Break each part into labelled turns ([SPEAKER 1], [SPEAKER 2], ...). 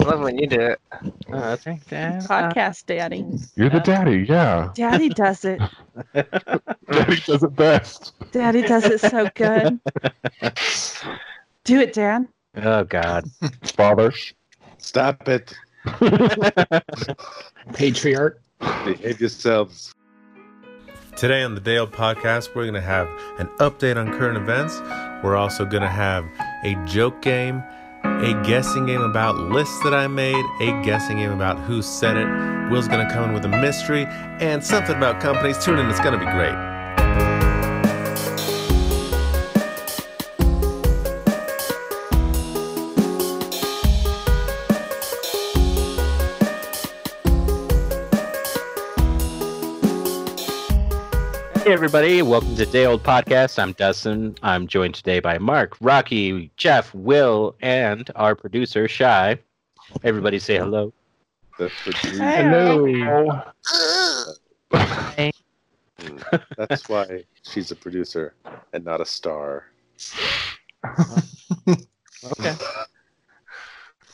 [SPEAKER 1] love when you do it.
[SPEAKER 2] I think that.
[SPEAKER 3] Podcast daddy.
[SPEAKER 4] You're the daddy, yeah.
[SPEAKER 3] Daddy does it.
[SPEAKER 4] Daddy does it best.
[SPEAKER 3] Daddy does it so good. Do it, Dad.
[SPEAKER 2] Oh God.
[SPEAKER 4] Father.
[SPEAKER 5] Stop it.
[SPEAKER 6] Patriarch.
[SPEAKER 5] Behave yourselves.
[SPEAKER 7] Today on the Day Old Podcast, we're going to have an update on current events. We're also going to have a joke game, a guessing game about lists that I made, a guessing game about who said it. Will's going to come in with a mystery and something about companies. Tune in, it's going to be great.
[SPEAKER 2] Hey everybody, welcome to Day Old Podcast. I'm Dustin. I'm joined today by Mark, Rocky, Jeff, Will, and our producer Shy. Everybody say hello.
[SPEAKER 5] That's what you-
[SPEAKER 3] Hey.
[SPEAKER 4] Hello.
[SPEAKER 5] That's why she's a producer and not a star.
[SPEAKER 2] Okay.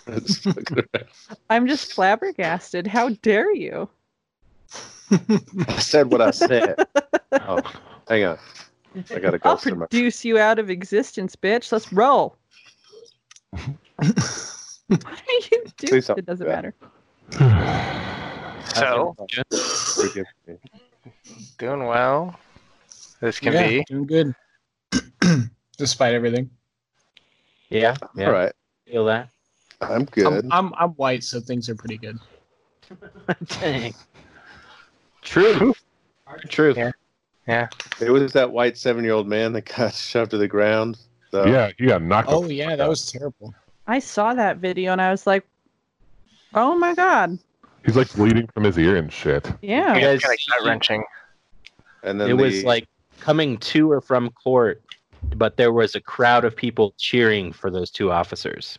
[SPEAKER 5] That's fucking right.
[SPEAKER 3] I'm just flabbergasted. How dare you?
[SPEAKER 5] I said what I said.
[SPEAKER 2] Oh,
[SPEAKER 5] Hang on. I gotta go
[SPEAKER 3] I'll
[SPEAKER 5] through my
[SPEAKER 3] produce you out of existence, bitch. Let's roll. what are you doing?
[SPEAKER 5] Please don't
[SPEAKER 3] It doesn't
[SPEAKER 5] do that.
[SPEAKER 3] matter.
[SPEAKER 1] So,
[SPEAKER 5] forgive me.
[SPEAKER 1] doing well. This can
[SPEAKER 6] yeah,
[SPEAKER 1] be.
[SPEAKER 6] doing good. Despite everything,
[SPEAKER 2] yeah, yeah.
[SPEAKER 5] All right.
[SPEAKER 2] Feel that?
[SPEAKER 5] I'm
[SPEAKER 6] I'm,
[SPEAKER 5] good.
[SPEAKER 6] I'm I'm white, so things are pretty good.
[SPEAKER 2] Dang. True. True.
[SPEAKER 5] It was that white seven year old man that got shoved to the ground. So
[SPEAKER 4] Yeah, you got knocked
[SPEAKER 6] Oh yeah, that was terrible.
[SPEAKER 3] I saw that video and I was like, oh my God.
[SPEAKER 4] He's like bleeding from his ear and shit.
[SPEAKER 3] Yeah.
[SPEAKER 2] Yeah.
[SPEAKER 1] Yeah, it's kind of gut wrenching.
[SPEAKER 5] And then
[SPEAKER 2] It was
[SPEAKER 5] the-
[SPEAKER 2] like coming to or from court, but there was a crowd of people cheering for those two officers.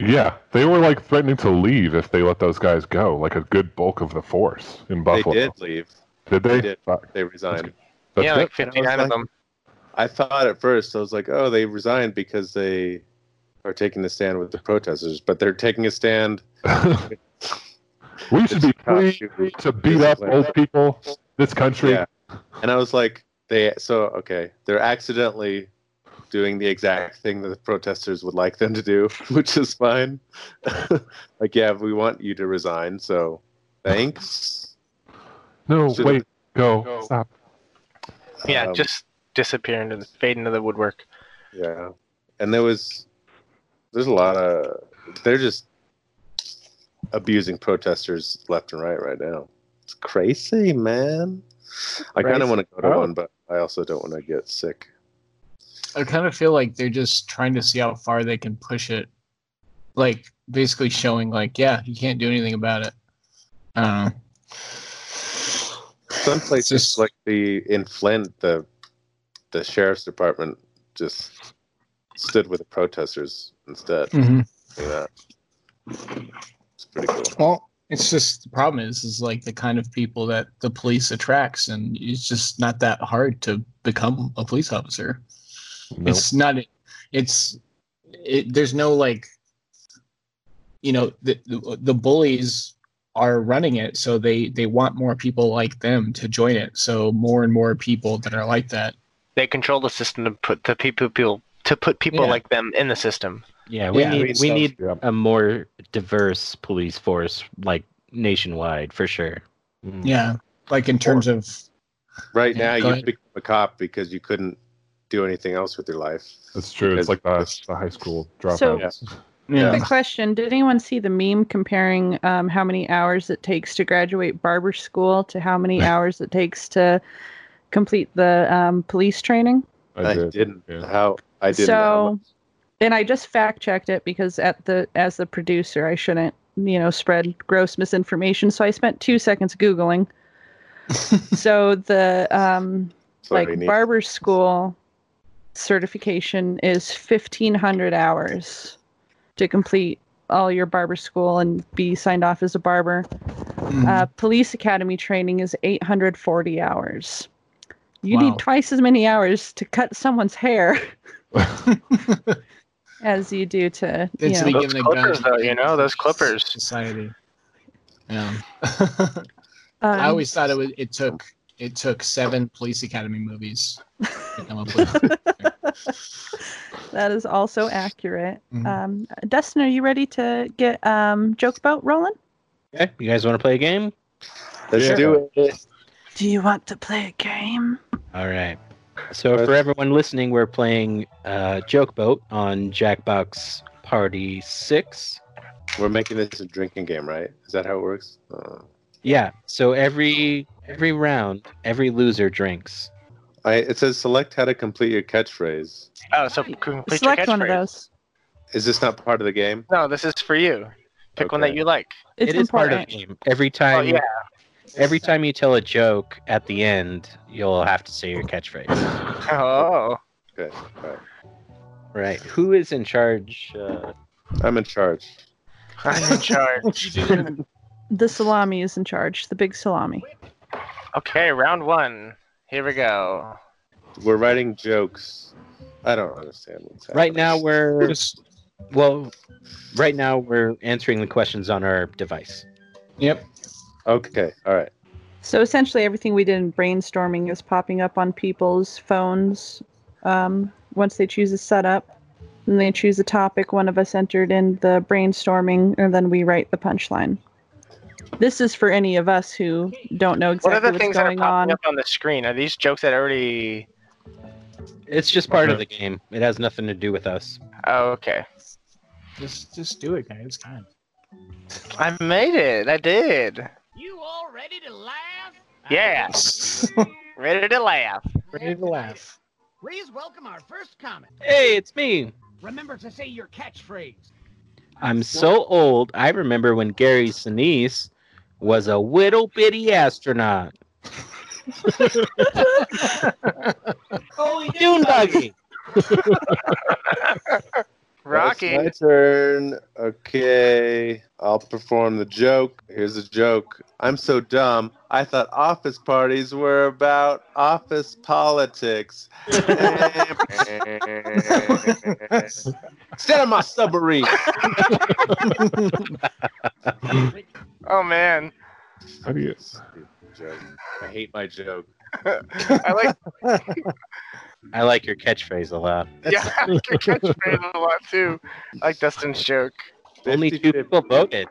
[SPEAKER 4] Yeah, they were like threatening to leave if they let those guys go, like a good bulk of the force in
[SPEAKER 5] they
[SPEAKER 4] Buffalo.
[SPEAKER 5] did leave.
[SPEAKER 4] Did they?
[SPEAKER 5] They did.
[SPEAKER 4] Fuck.
[SPEAKER 5] They resigned.
[SPEAKER 4] That's
[SPEAKER 1] yeah,
[SPEAKER 4] it?
[SPEAKER 1] like 59 of
[SPEAKER 5] Like-
[SPEAKER 1] them.
[SPEAKER 5] I thought at first I was like, oh, they resigned because they are taking the stand with the protesters, but they're taking a stand.
[SPEAKER 4] we should be free to beat up old people, this country.
[SPEAKER 5] Yeah. And I was like, they so okay, they're accidentally doing the exact thing that the protesters would like them to do, which is fine. like, yeah, we want you to resign, so thanks.
[SPEAKER 4] No,
[SPEAKER 5] Should-
[SPEAKER 4] wait, go.
[SPEAKER 1] Go.
[SPEAKER 4] Stop.
[SPEAKER 1] Yeah,
[SPEAKER 5] Um,
[SPEAKER 1] just disappear into the fade into the woodwork.
[SPEAKER 5] Yeah. And there was there's a lot of they're just abusing protesters left and right right now. It's crazy, man. I kind of
[SPEAKER 2] Crazy.
[SPEAKER 5] want to go to
[SPEAKER 2] Oh.
[SPEAKER 5] one, but I also don't want to get sick.
[SPEAKER 6] I kind of feel like they're just trying to see how far they can push it, like basically showing like, yeah, you can't do anything about it. Uh,
[SPEAKER 5] Some places
[SPEAKER 6] just-
[SPEAKER 5] like the in Flint, the the sheriff's department just stood with the protesters instead.
[SPEAKER 6] Mm-hmm.
[SPEAKER 5] Look at that. It's pretty cool.
[SPEAKER 6] Well, it's just the problem is is like the kind of people that the police attracts, and it's just not that hard to become a police officer.
[SPEAKER 4] No.
[SPEAKER 6] It's not. It's it, there's no like, you know, the, the the bullies are running it, so they they want more people like them to join it. So more and more people that are like that.
[SPEAKER 1] They control the system to put the people, people to put people
[SPEAKER 6] Yeah.
[SPEAKER 1] like them in the system.
[SPEAKER 2] Yeah, we
[SPEAKER 6] Yeah,
[SPEAKER 2] need
[SPEAKER 6] I mean,
[SPEAKER 2] we
[SPEAKER 6] so-
[SPEAKER 2] need
[SPEAKER 4] Yeah.
[SPEAKER 2] a more diverse police force, like nationwide for sure.
[SPEAKER 6] Yeah, like in terms of
[SPEAKER 5] Right
[SPEAKER 6] Yeah, go
[SPEAKER 5] now, you
[SPEAKER 6] ahead.
[SPEAKER 5] become a cop because you couldn't do anything else with your life.
[SPEAKER 4] That's true. It's like the, the high school dropout.
[SPEAKER 3] So-
[SPEAKER 6] yeah.
[SPEAKER 3] Quick question: Did anyone see the meme comparing um, how many hours it takes to graduate barber school to how many hours it takes to complete the um, police training?
[SPEAKER 5] I, didn't. How I didn't. know.
[SPEAKER 3] so, and I just fact checked it because at the as the producer, I shouldn't you know spread gross misinformation. So I spent two seconds googling. so the um,
[SPEAKER 5] Sorry,
[SPEAKER 3] like
[SPEAKER 5] Nate.
[SPEAKER 3] barber school certification is 1500 hours to complete all your barber school and be signed off as a barber
[SPEAKER 6] Mm. Mhm.
[SPEAKER 3] uh, police academy training is 840 hours you
[SPEAKER 6] Wow.
[SPEAKER 3] need twice as many hours to cut someone's hair as you do to you
[SPEAKER 6] Density
[SPEAKER 3] know,
[SPEAKER 1] Those
[SPEAKER 6] given a
[SPEAKER 1] clippers,
[SPEAKER 6] gun.
[SPEAKER 1] though, you know, those clippers.
[SPEAKER 6] Society. Yeah.
[SPEAKER 3] um,
[SPEAKER 6] I always thought it was. It took it took seven police academy movies. to come up with-
[SPEAKER 3] that is also accurate.
[SPEAKER 6] Mhm.
[SPEAKER 3] Um, Dustin, are you ready to get um, joke boat rolling?
[SPEAKER 2] Okay, you guys want to play a game?
[SPEAKER 5] Let's
[SPEAKER 4] Yeah.
[SPEAKER 5] do it.
[SPEAKER 3] Do you want to play a game?
[SPEAKER 2] All right. So for everyone listening, we're playing uh, Joke Boat on Jackbox Party Six.
[SPEAKER 5] We're making this a drinking game, right? Is that how it works? Uh,
[SPEAKER 2] Yeah. So every every round, every loser drinks.
[SPEAKER 5] I, it says select how to complete your catchphrase.
[SPEAKER 1] Oh, so complete your
[SPEAKER 3] Select one
[SPEAKER 1] catchphrase.
[SPEAKER 3] of those.
[SPEAKER 5] Is this not part of the game?
[SPEAKER 1] No, this is for you. Pick one that
[SPEAKER 5] Okay.
[SPEAKER 1] you like.
[SPEAKER 3] It's
[SPEAKER 2] It is part
[SPEAKER 3] important.
[SPEAKER 2] of the game. Every time,
[SPEAKER 1] Oh, yeah.
[SPEAKER 2] every time you tell a joke at the end, you'll have to say your catchphrase.
[SPEAKER 1] Oh,
[SPEAKER 5] Okay. All right.
[SPEAKER 2] Right. Who is in charge? Uh,
[SPEAKER 5] I'm in charge.
[SPEAKER 1] I'm in charge.
[SPEAKER 3] the salami is in charge. The big salami.
[SPEAKER 1] Okay, round one. Here we go.
[SPEAKER 5] We're writing jokes. I don't understand what's happening.
[SPEAKER 2] right now, we're
[SPEAKER 6] Just-
[SPEAKER 2] well. Right now, we're answering the questions on our device.
[SPEAKER 6] yep.
[SPEAKER 5] Okay. All right.
[SPEAKER 3] So essentially, everything we did in brainstorming is popping up on people's phones. Um, once they choose a setup, then they choose a topic. One of us entered in the brainstorming, and then we write the punchline. This is for any of us who don't know
[SPEAKER 1] What
[SPEAKER 3] exactly
[SPEAKER 1] are the
[SPEAKER 3] what's
[SPEAKER 1] things that are
[SPEAKER 3] going
[SPEAKER 1] popping
[SPEAKER 3] on.
[SPEAKER 1] up on the screen? Are these jokes that already?
[SPEAKER 2] It's just part of the game. It has nothing to do with us.
[SPEAKER 1] Oh, okay.
[SPEAKER 6] Just just do it, guys. It's time.
[SPEAKER 1] I made it. I did.
[SPEAKER 8] You all ready to laugh?
[SPEAKER 1] Yeah. Ready to laugh.
[SPEAKER 6] Ready to laugh.
[SPEAKER 8] Please welcome our first comment.
[SPEAKER 2] Hey, it's me.
[SPEAKER 8] Remember to say your catchphrase.
[SPEAKER 2] I'm so old. I remember when Gary Sinise was a little bitty astronaut. Holy dune buggy!
[SPEAKER 5] Well,
[SPEAKER 1] Rocky.
[SPEAKER 5] It's my turn. Okay. I'll perform the joke. Here's a joke. I'm so dumb. I thought office parties were about office politics. Stand on my submarine.
[SPEAKER 1] Oh man,
[SPEAKER 4] How do you?
[SPEAKER 5] Joke. I hate my joke.
[SPEAKER 1] I like
[SPEAKER 2] I like your catchphrase a lot.
[SPEAKER 1] yeah, I like your catchphrase a lot too. I like Dustin's joke.
[SPEAKER 2] Only two
[SPEAKER 5] 50-50.
[SPEAKER 2] people voted.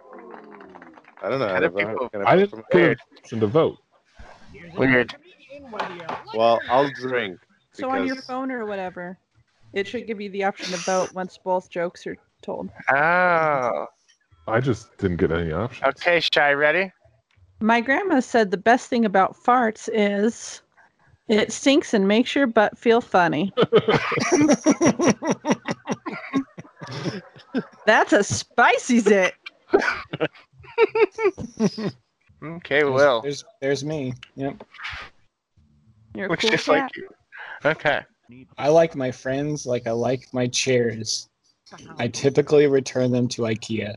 [SPEAKER 5] I don't know. How
[SPEAKER 1] Kind
[SPEAKER 5] to
[SPEAKER 1] of people-
[SPEAKER 5] vote. Can
[SPEAKER 4] I
[SPEAKER 5] vote
[SPEAKER 4] didn't
[SPEAKER 5] from
[SPEAKER 4] get
[SPEAKER 5] here?
[SPEAKER 4] an option to vote.
[SPEAKER 8] Here's
[SPEAKER 1] Weird.
[SPEAKER 8] another comedian, whether you like it
[SPEAKER 5] Well,
[SPEAKER 8] or
[SPEAKER 5] I'll
[SPEAKER 8] not.
[SPEAKER 5] drink.
[SPEAKER 3] So on your
[SPEAKER 5] because-
[SPEAKER 3] phone or whatever, it should give you the option to vote once both jokes are told.
[SPEAKER 1] Oh,
[SPEAKER 4] I just didn't get any option.
[SPEAKER 1] okay, shy. Ready?
[SPEAKER 3] My grandma said the best thing about farts is it stinks and makes your butt feel funny. That's a spicy zit.
[SPEAKER 1] Okay, Will.
[SPEAKER 6] There's there's me. Yep.
[SPEAKER 3] You're a
[SPEAKER 1] Looks
[SPEAKER 3] cool
[SPEAKER 1] just
[SPEAKER 3] cat.
[SPEAKER 1] like you. Okay.
[SPEAKER 6] I like my friends like I like my chairs. I typically return them to IKEA.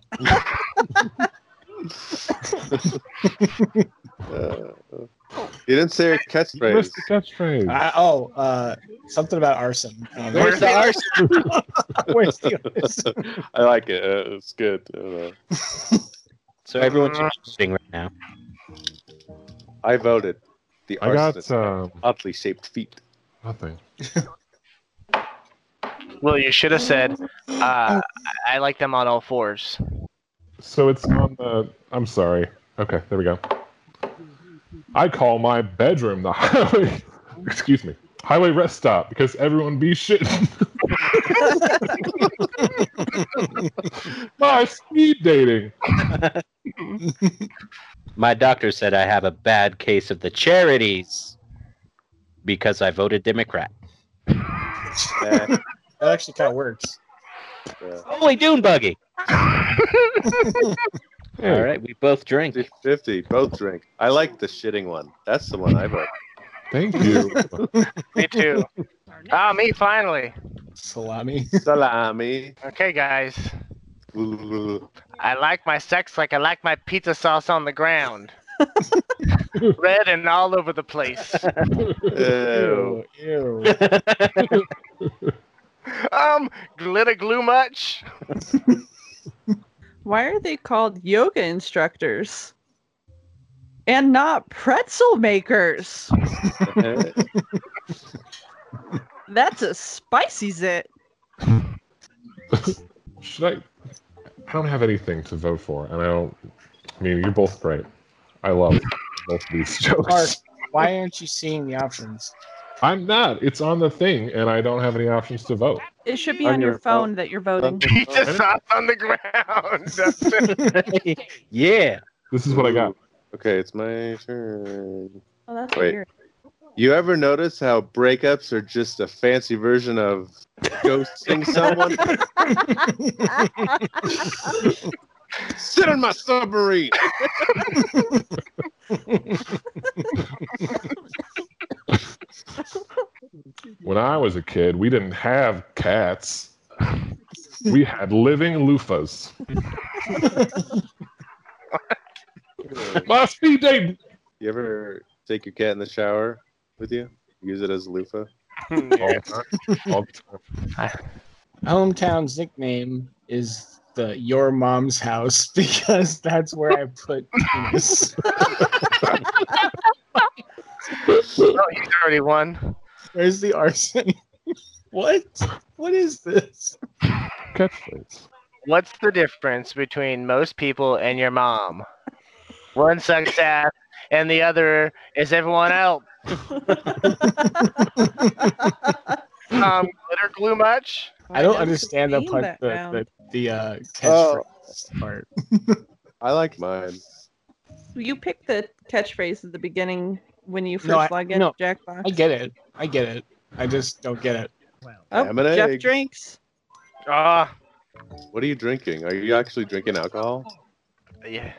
[SPEAKER 5] Uh, you didn't say your
[SPEAKER 4] You
[SPEAKER 5] catchphrase.
[SPEAKER 4] missed the catchphrase.
[SPEAKER 2] Ah.
[SPEAKER 6] I, oh, uh, something about arson. Um,
[SPEAKER 2] Where's the arson?
[SPEAKER 6] where's the arson?
[SPEAKER 5] I like it. Uh, it's good. I don't know.
[SPEAKER 2] So everyone's voting right now.
[SPEAKER 5] I voted. The
[SPEAKER 4] I got
[SPEAKER 5] arsonist.
[SPEAKER 4] um,
[SPEAKER 5] oddly shaped feet.
[SPEAKER 4] nothing.
[SPEAKER 1] Will, you should have said, uh, "I like them on all fours.
[SPEAKER 4] So it's on the. I'm sorry. Okay, there we go. I call my bedroom the highway. Excuse me, highway rest stop because everyone be shitting. my speed dating.
[SPEAKER 2] My doctor said I have a bad case of the charities because I voted Democrat.
[SPEAKER 5] Yeah,
[SPEAKER 6] That actually kind of works.
[SPEAKER 5] yeah.
[SPEAKER 2] Holy dune buggy!
[SPEAKER 4] Hey,
[SPEAKER 2] All right, we both drink.
[SPEAKER 5] 50, 50, both drink. I like the shitting one. That's the one I vote.
[SPEAKER 4] Thank you.
[SPEAKER 1] Me too.
[SPEAKER 8] Our next
[SPEAKER 1] Ah, me finally.
[SPEAKER 6] Salami.
[SPEAKER 5] Salami.
[SPEAKER 1] Okay, guys.
[SPEAKER 5] Ooh.
[SPEAKER 1] I like my sex like I like my pizza sauce on the ground. Red and all over the place.
[SPEAKER 5] Ew.
[SPEAKER 6] Ew.
[SPEAKER 1] Um, glitter glue much?
[SPEAKER 3] Why are they called yoga instructors? And not pretzel makers. That's a spicy zit.
[SPEAKER 4] Should I? I don't have anything to vote for, and I don't. I mean, you're both great. I love both of these jokes.
[SPEAKER 6] Mark, why aren't you seeing the options?
[SPEAKER 4] I'm not. It's on the thing, and I don't have any options to vote.
[SPEAKER 3] It should be
[SPEAKER 5] On
[SPEAKER 3] on, your,
[SPEAKER 5] your
[SPEAKER 3] phone,
[SPEAKER 5] phone.
[SPEAKER 3] that you're voting.
[SPEAKER 1] Pizza sauce on the ground. That's it.
[SPEAKER 2] yeah.
[SPEAKER 4] This is what I got.
[SPEAKER 5] Okay, it's my turn.
[SPEAKER 3] Oh, that's
[SPEAKER 5] Wait.
[SPEAKER 3] weird.
[SPEAKER 5] You ever notice how breakups are just a fancy version of ghosting someone? Sit in my submarine.
[SPEAKER 4] When I was a kid, we didn't have cats. We had living loofahs. My speed date.
[SPEAKER 5] You ever take your cat in the shower with you? Use it as a loofah?
[SPEAKER 4] All the time. All the time.
[SPEAKER 6] Hometown's nickname is the Your Mom's House because that's where I put penis.
[SPEAKER 1] Oh, he's already won.
[SPEAKER 6] Where's the arson? what? What is this?
[SPEAKER 4] Catchphrase.
[SPEAKER 1] What's the difference between most people and your mom? One sucks ass, and the other is everyone else. Um, glitter glue much?
[SPEAKER 6] I don't understand the
[SPEAKER 3] part.
[SPEAKER 6] pun, the, the, the uh,
[SPEAKER 5] Oh.
[SPEAKER 6] catchphrase part.
[SPEAKER 5] I like mine.
[SPEAKER 3] You pick the catchphrase at the beginning when you first
[SPEAKER 6] No, I-
[SPEAKER 3] log in,
[SPEAKER 6] no.
[SPEAKER 3] Jackbox.
[SPEAKER 6] I get it. I get it. I just don't get it.
[SPEAKER 3] oh,
[SPEAKER 5] I'm an
[SPEAKER 3] Jeff
[SPEAKER 5] egg.
[SPEAKER 3] drinks.
[SPEAKER 1] Ah,
[SPEAKER 5] What are you drinking? Are you actually drinking alcohol?
[SPEAKER 1] yeah.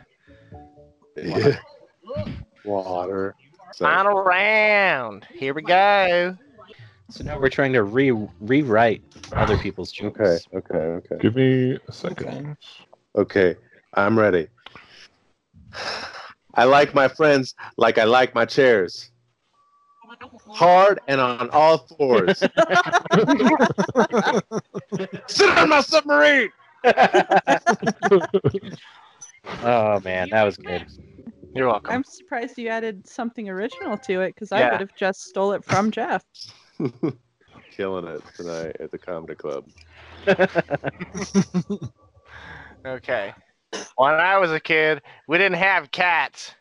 [SPEAKER 5] Water. So,
[SPEAKER 1] Final round. Here we go.
[SPEAKER 2] So now we're trying to re rewrite other people's jokes.
[SPEAKER 5] okay, okay, okay.
[SPEAKER 4] Give me a second.
[SPEAKER 5] Okay, I'm ready. I like my friends like I like my chairs. Hard and on all fours. Sit on my submarine.
[SPEAKER 2] Oh man, that was good.
[SPEAKER 1] You're welcome.
[SPEAKER 3] I'm surprised you added something original to it because I
[SPEAKER 1] Yeah.
[SPEAKER 3] would have just stole it from Jeff.
[SPEAKER 5] Killing it tonight at the comedy club.
[SPEAKER 1] Okay. When I was a kid, we didn't have cats.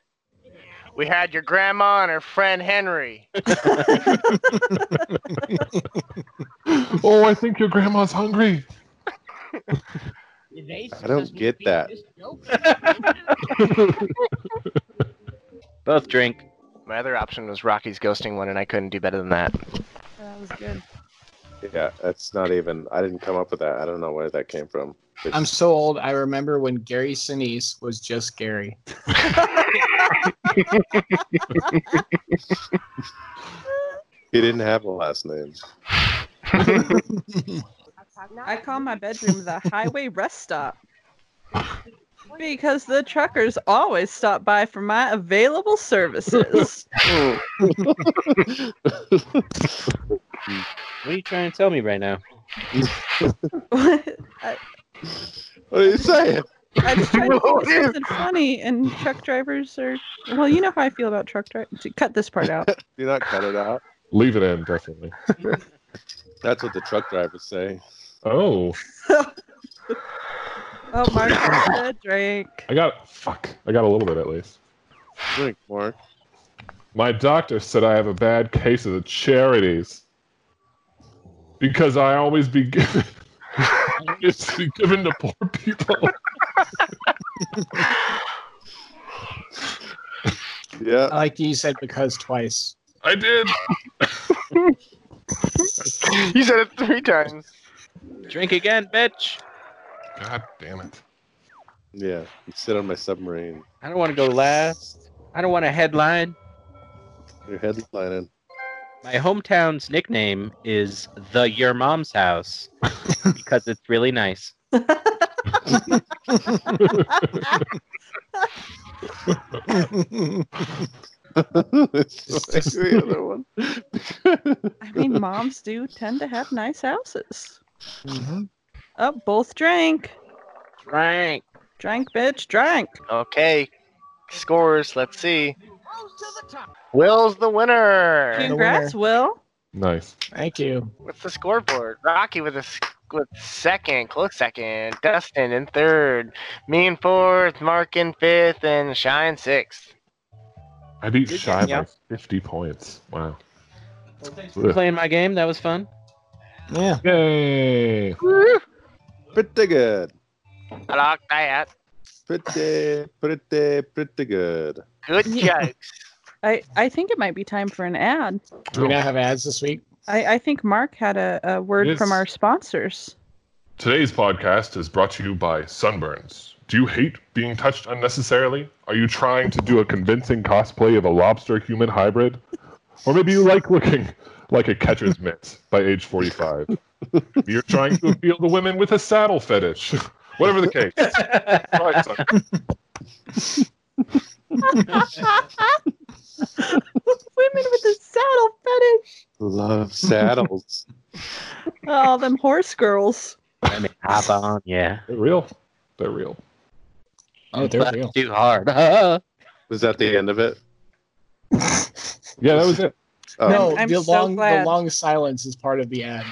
[SPEAKER 1] We had your grandma and her friend Henry.
[SPEAKER 4] Oh, I think your grandma's hungry.
[SPEAKER 5] I don't get that.
[SPEAKER 2] Both drink.
[SPEAKER 1] My other option was Rocky's ghosting one, and I couldn't do better than that.
[SPEAKER 3] That was good.
[SPEAKER 5] Yeah, that's not even. I didn't come up with that. I don't know where that came from.
[SPEAKER 6] I'm so old. I remember when Gary Sinise was just Gary.
[SPEAKER 5] He didn't have a last name.
[SPEAKER 3] I call my bedroom the highway rest stop because the truckers always stop by for my available services.
[SPEAKER 2] What are you trying to tell me right now?
[SPEAKER 3] I
[SPEAKER 5] What are you saying?
[SPEAKER 3] I just tried to think of something funny, and truck drivers are. Well, you know how I feel about truck drivers. Cut this part out.
[SPEAKER 5] Do not cut it out.
[SPEAKER 4] Leave it in, definitely.
[SPEAKER 5] That's what the truck drivers say.
[SPEAKER 4] Oh,
[SPEAKER 3] Oh, Mark has a drink.
[SPEAKER 4] I got fuck. I got a little bit at least.
[SPEAKER 5] Drink more.
[SPEAKER 4] My doctor said I have a bad case of the charities because I always be given, it's be given to poor people.
[SPEAKER 5] Yeah.
[SPEAKER 6] I like you said because twice.
[SPEAKER 4] I did.
[SPEAKER 1] You said it three times.
[SPEAKER 2] Drink again, bitch.
[SPEAKER 4] God damn it.
[SPEAKER 5] Yeah, you sit on my submarine.
[SPEAKER 2] I don't want to go last. I don't want a headline.
[SPEAKER 5] You're headlining.
[SPEAKER 2] My hometown's nickname is the Your Mom's House because it's really nice.
[SPEAKER 5] it's like the other one.
[SPEAKER 3] I mean, moms do tend to have nice houses. Oh, both drank.
[SPEAKER 1] Right.
[SPEAKER 3] Drank, bitch, drank.
[SPEAKER 1] Okay. Scores. Let's see.
[SPEAKER 8] Rose to the top.
[SPEAKER 1] Will's the winner.
[SPEAKER 6] winner.
[SPEAKER 3] Congrats, Will.
[SPEAKER 4] Nice.
[SPEAKER 6] Thank you.
[SPEAKER 1] What's the scoreboard? Rocky with a s- with second, close second. Dustin in third. Me in fourth. Mark in fifth, and Shine sixth.
[SPEAKER 4] I beat Shy
[SPEAKER 2] Yeah.
[SPEAKER 4] by 50 points. Wow.
[SPEAKER 2] for playing my game. That was fun.
[SPEAKER 6] Yeah.
[SPEAKER 4] Yay!
[SPEAKER 5] Pretty good.
[SPEAKER 1] I like that.
[SPEAKER 5] Pretty, pretty, pretty good.
[SPEAKER 1] Good
[SPEAKER 3] Yeah.
[SPEAKER 1] jokes.
[SPEAKER 3] I, I think it might be time for an ad.
[SPEAKER 6] Do we not have ads this week?
[SPEAKER 3] I, I think Mark had a, a word from
[SPEAKER 4] Yes.
[SPEAKER 3] our sponsors.
[SPEAKER 4] Today's podcast is brought to you by Sunburns. Do you hate being touched unnecessarily? Are you trying to do a convincing cosplay of a lobster human hybrid? Or maybe you like looking like a catcher's mitt by age 45. Maybe You're trying to appeal to women with a saddle fetish. Whatever the case. Try Sunburns.
[SPEAKER 3] Women with the saddle fetish.
[SPEAKER 5] Love saddles.
[SPEAKER 3] Oh, them horse girls.
[SPEAKER 2] Hop on, yeah.
[SPEAKER 4] They're real. They're real.
[SPEAKER 6] Oh, they're
[SPEAKER 2] Fuck
[SPEAKER 6] real.
[SPEAKER 2] Too hard. Uh,
[SPEAKER 5] Was that the end of it?
[SPEAKER 4] Yeah, that was it.
[SPEAKER 5] Oh,
[SPEAKER 6] no,
[SPEAKER 3] I'm
[SPEAKER 6] the
[SPEAKER 3] so
[SPEAKER 6] long
[SPEAKER 3] glad.
[SPEAKER 6] the long silence is part of the ad.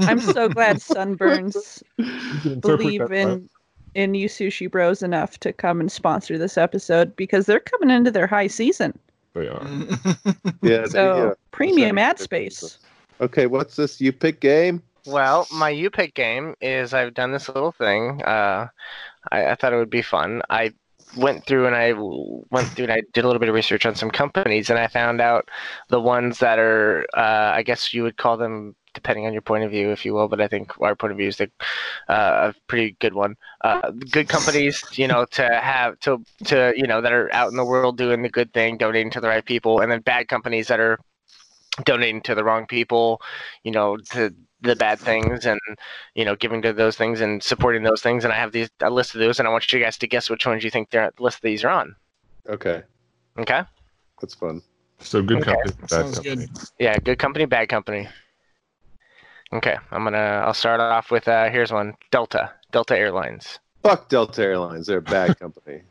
[SPEAKER 3] I'm so glad Sunburns
[SPEAKER 4] You can interpret
[SPEAKER 3] believe
[SPEAKER 4] that
[SPEAKER 3] in in you sushi bros enough to come and sponsor this episode because they're coming into their high season.
[SPEAKER 4] They are.
[SPEAKER 5] yeah,
[SPEAKER 3] So
[SPEAKER 5] yeah.
[SPEAKER 3] premium
[SPEAKER 5] Exactly.
[SPEAKER 3] ad space.
[SPEAKER 5] Okay, what's this? You pick game?
[SPEAKER 1] Well, my U pick game is I've done this little thing. Uh, I, I thought it would be fun. I went through and I w- went through and I did a little bit of research on some companies and I found out the ones that are, uh, I guess you would call them, depending on your point of view, if you will, but I think our point of view is the, uh, a pretty good one. Uh, good companies, you know, to have to to you know that are out in the world doing the good thing, donating to the right people, and then bad companies that are donating to the wrong people, you know, to the bad things and you know giving to those things and supporting those things and i have these a list of those and i want you guys to guess which ones you think their list of these are on
[SPEAKER 5] Okay,
[SPEAKER 1] okay
[SPEAKER 5] that's fun.
[SPEAKER 4] So good
[SPEAKER 1] Okay.
[SPEAKER 4] company, bad
[SPEAKER 6] Sounds
[SPEAKER 4] company.
[SPEAKER 6] good.
[SPEAKER 1] yeah good company bad company okay i'm gonna i'll start off with uh here's one delta delta airlines
[SPEAKER 5] Fuck Delta Airlines. They're a bad company.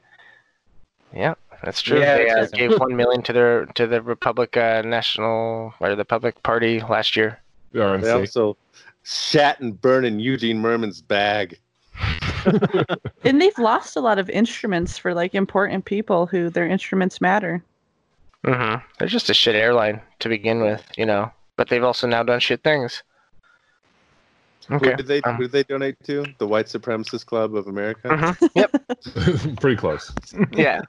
[SPEAKER 1] that's true
[SPEAKER 2] Yeah,
[SPEAKER 1] they uh,
[SPEAKER 2] that's
[SPEAKER 1] gave one million to their to the republic uh, national or the public party last year
[SPEAKER 4] They are
[SPEAKER 5] They
[SPEAKER 4] insane.
[SPEAKER 5] also shat and burn in Eugene Merman's bag.
[SPEAKER 3] And they've lost a lot of instruments for like important people who their instruments matter.
[SPEAKER 1] hmm they're just a shit airline to begin with you know but they've also now done shit things okay
[SPEAKER 5] Who did they
[SPEAKER 1] um.
[SPEAKER 5] who did they donate to? The White Supremacist Club of America.
[SPEAKER 1] Mhm.
[SPEAKER 4] Pretty close.
[SPEAKER 1] yeah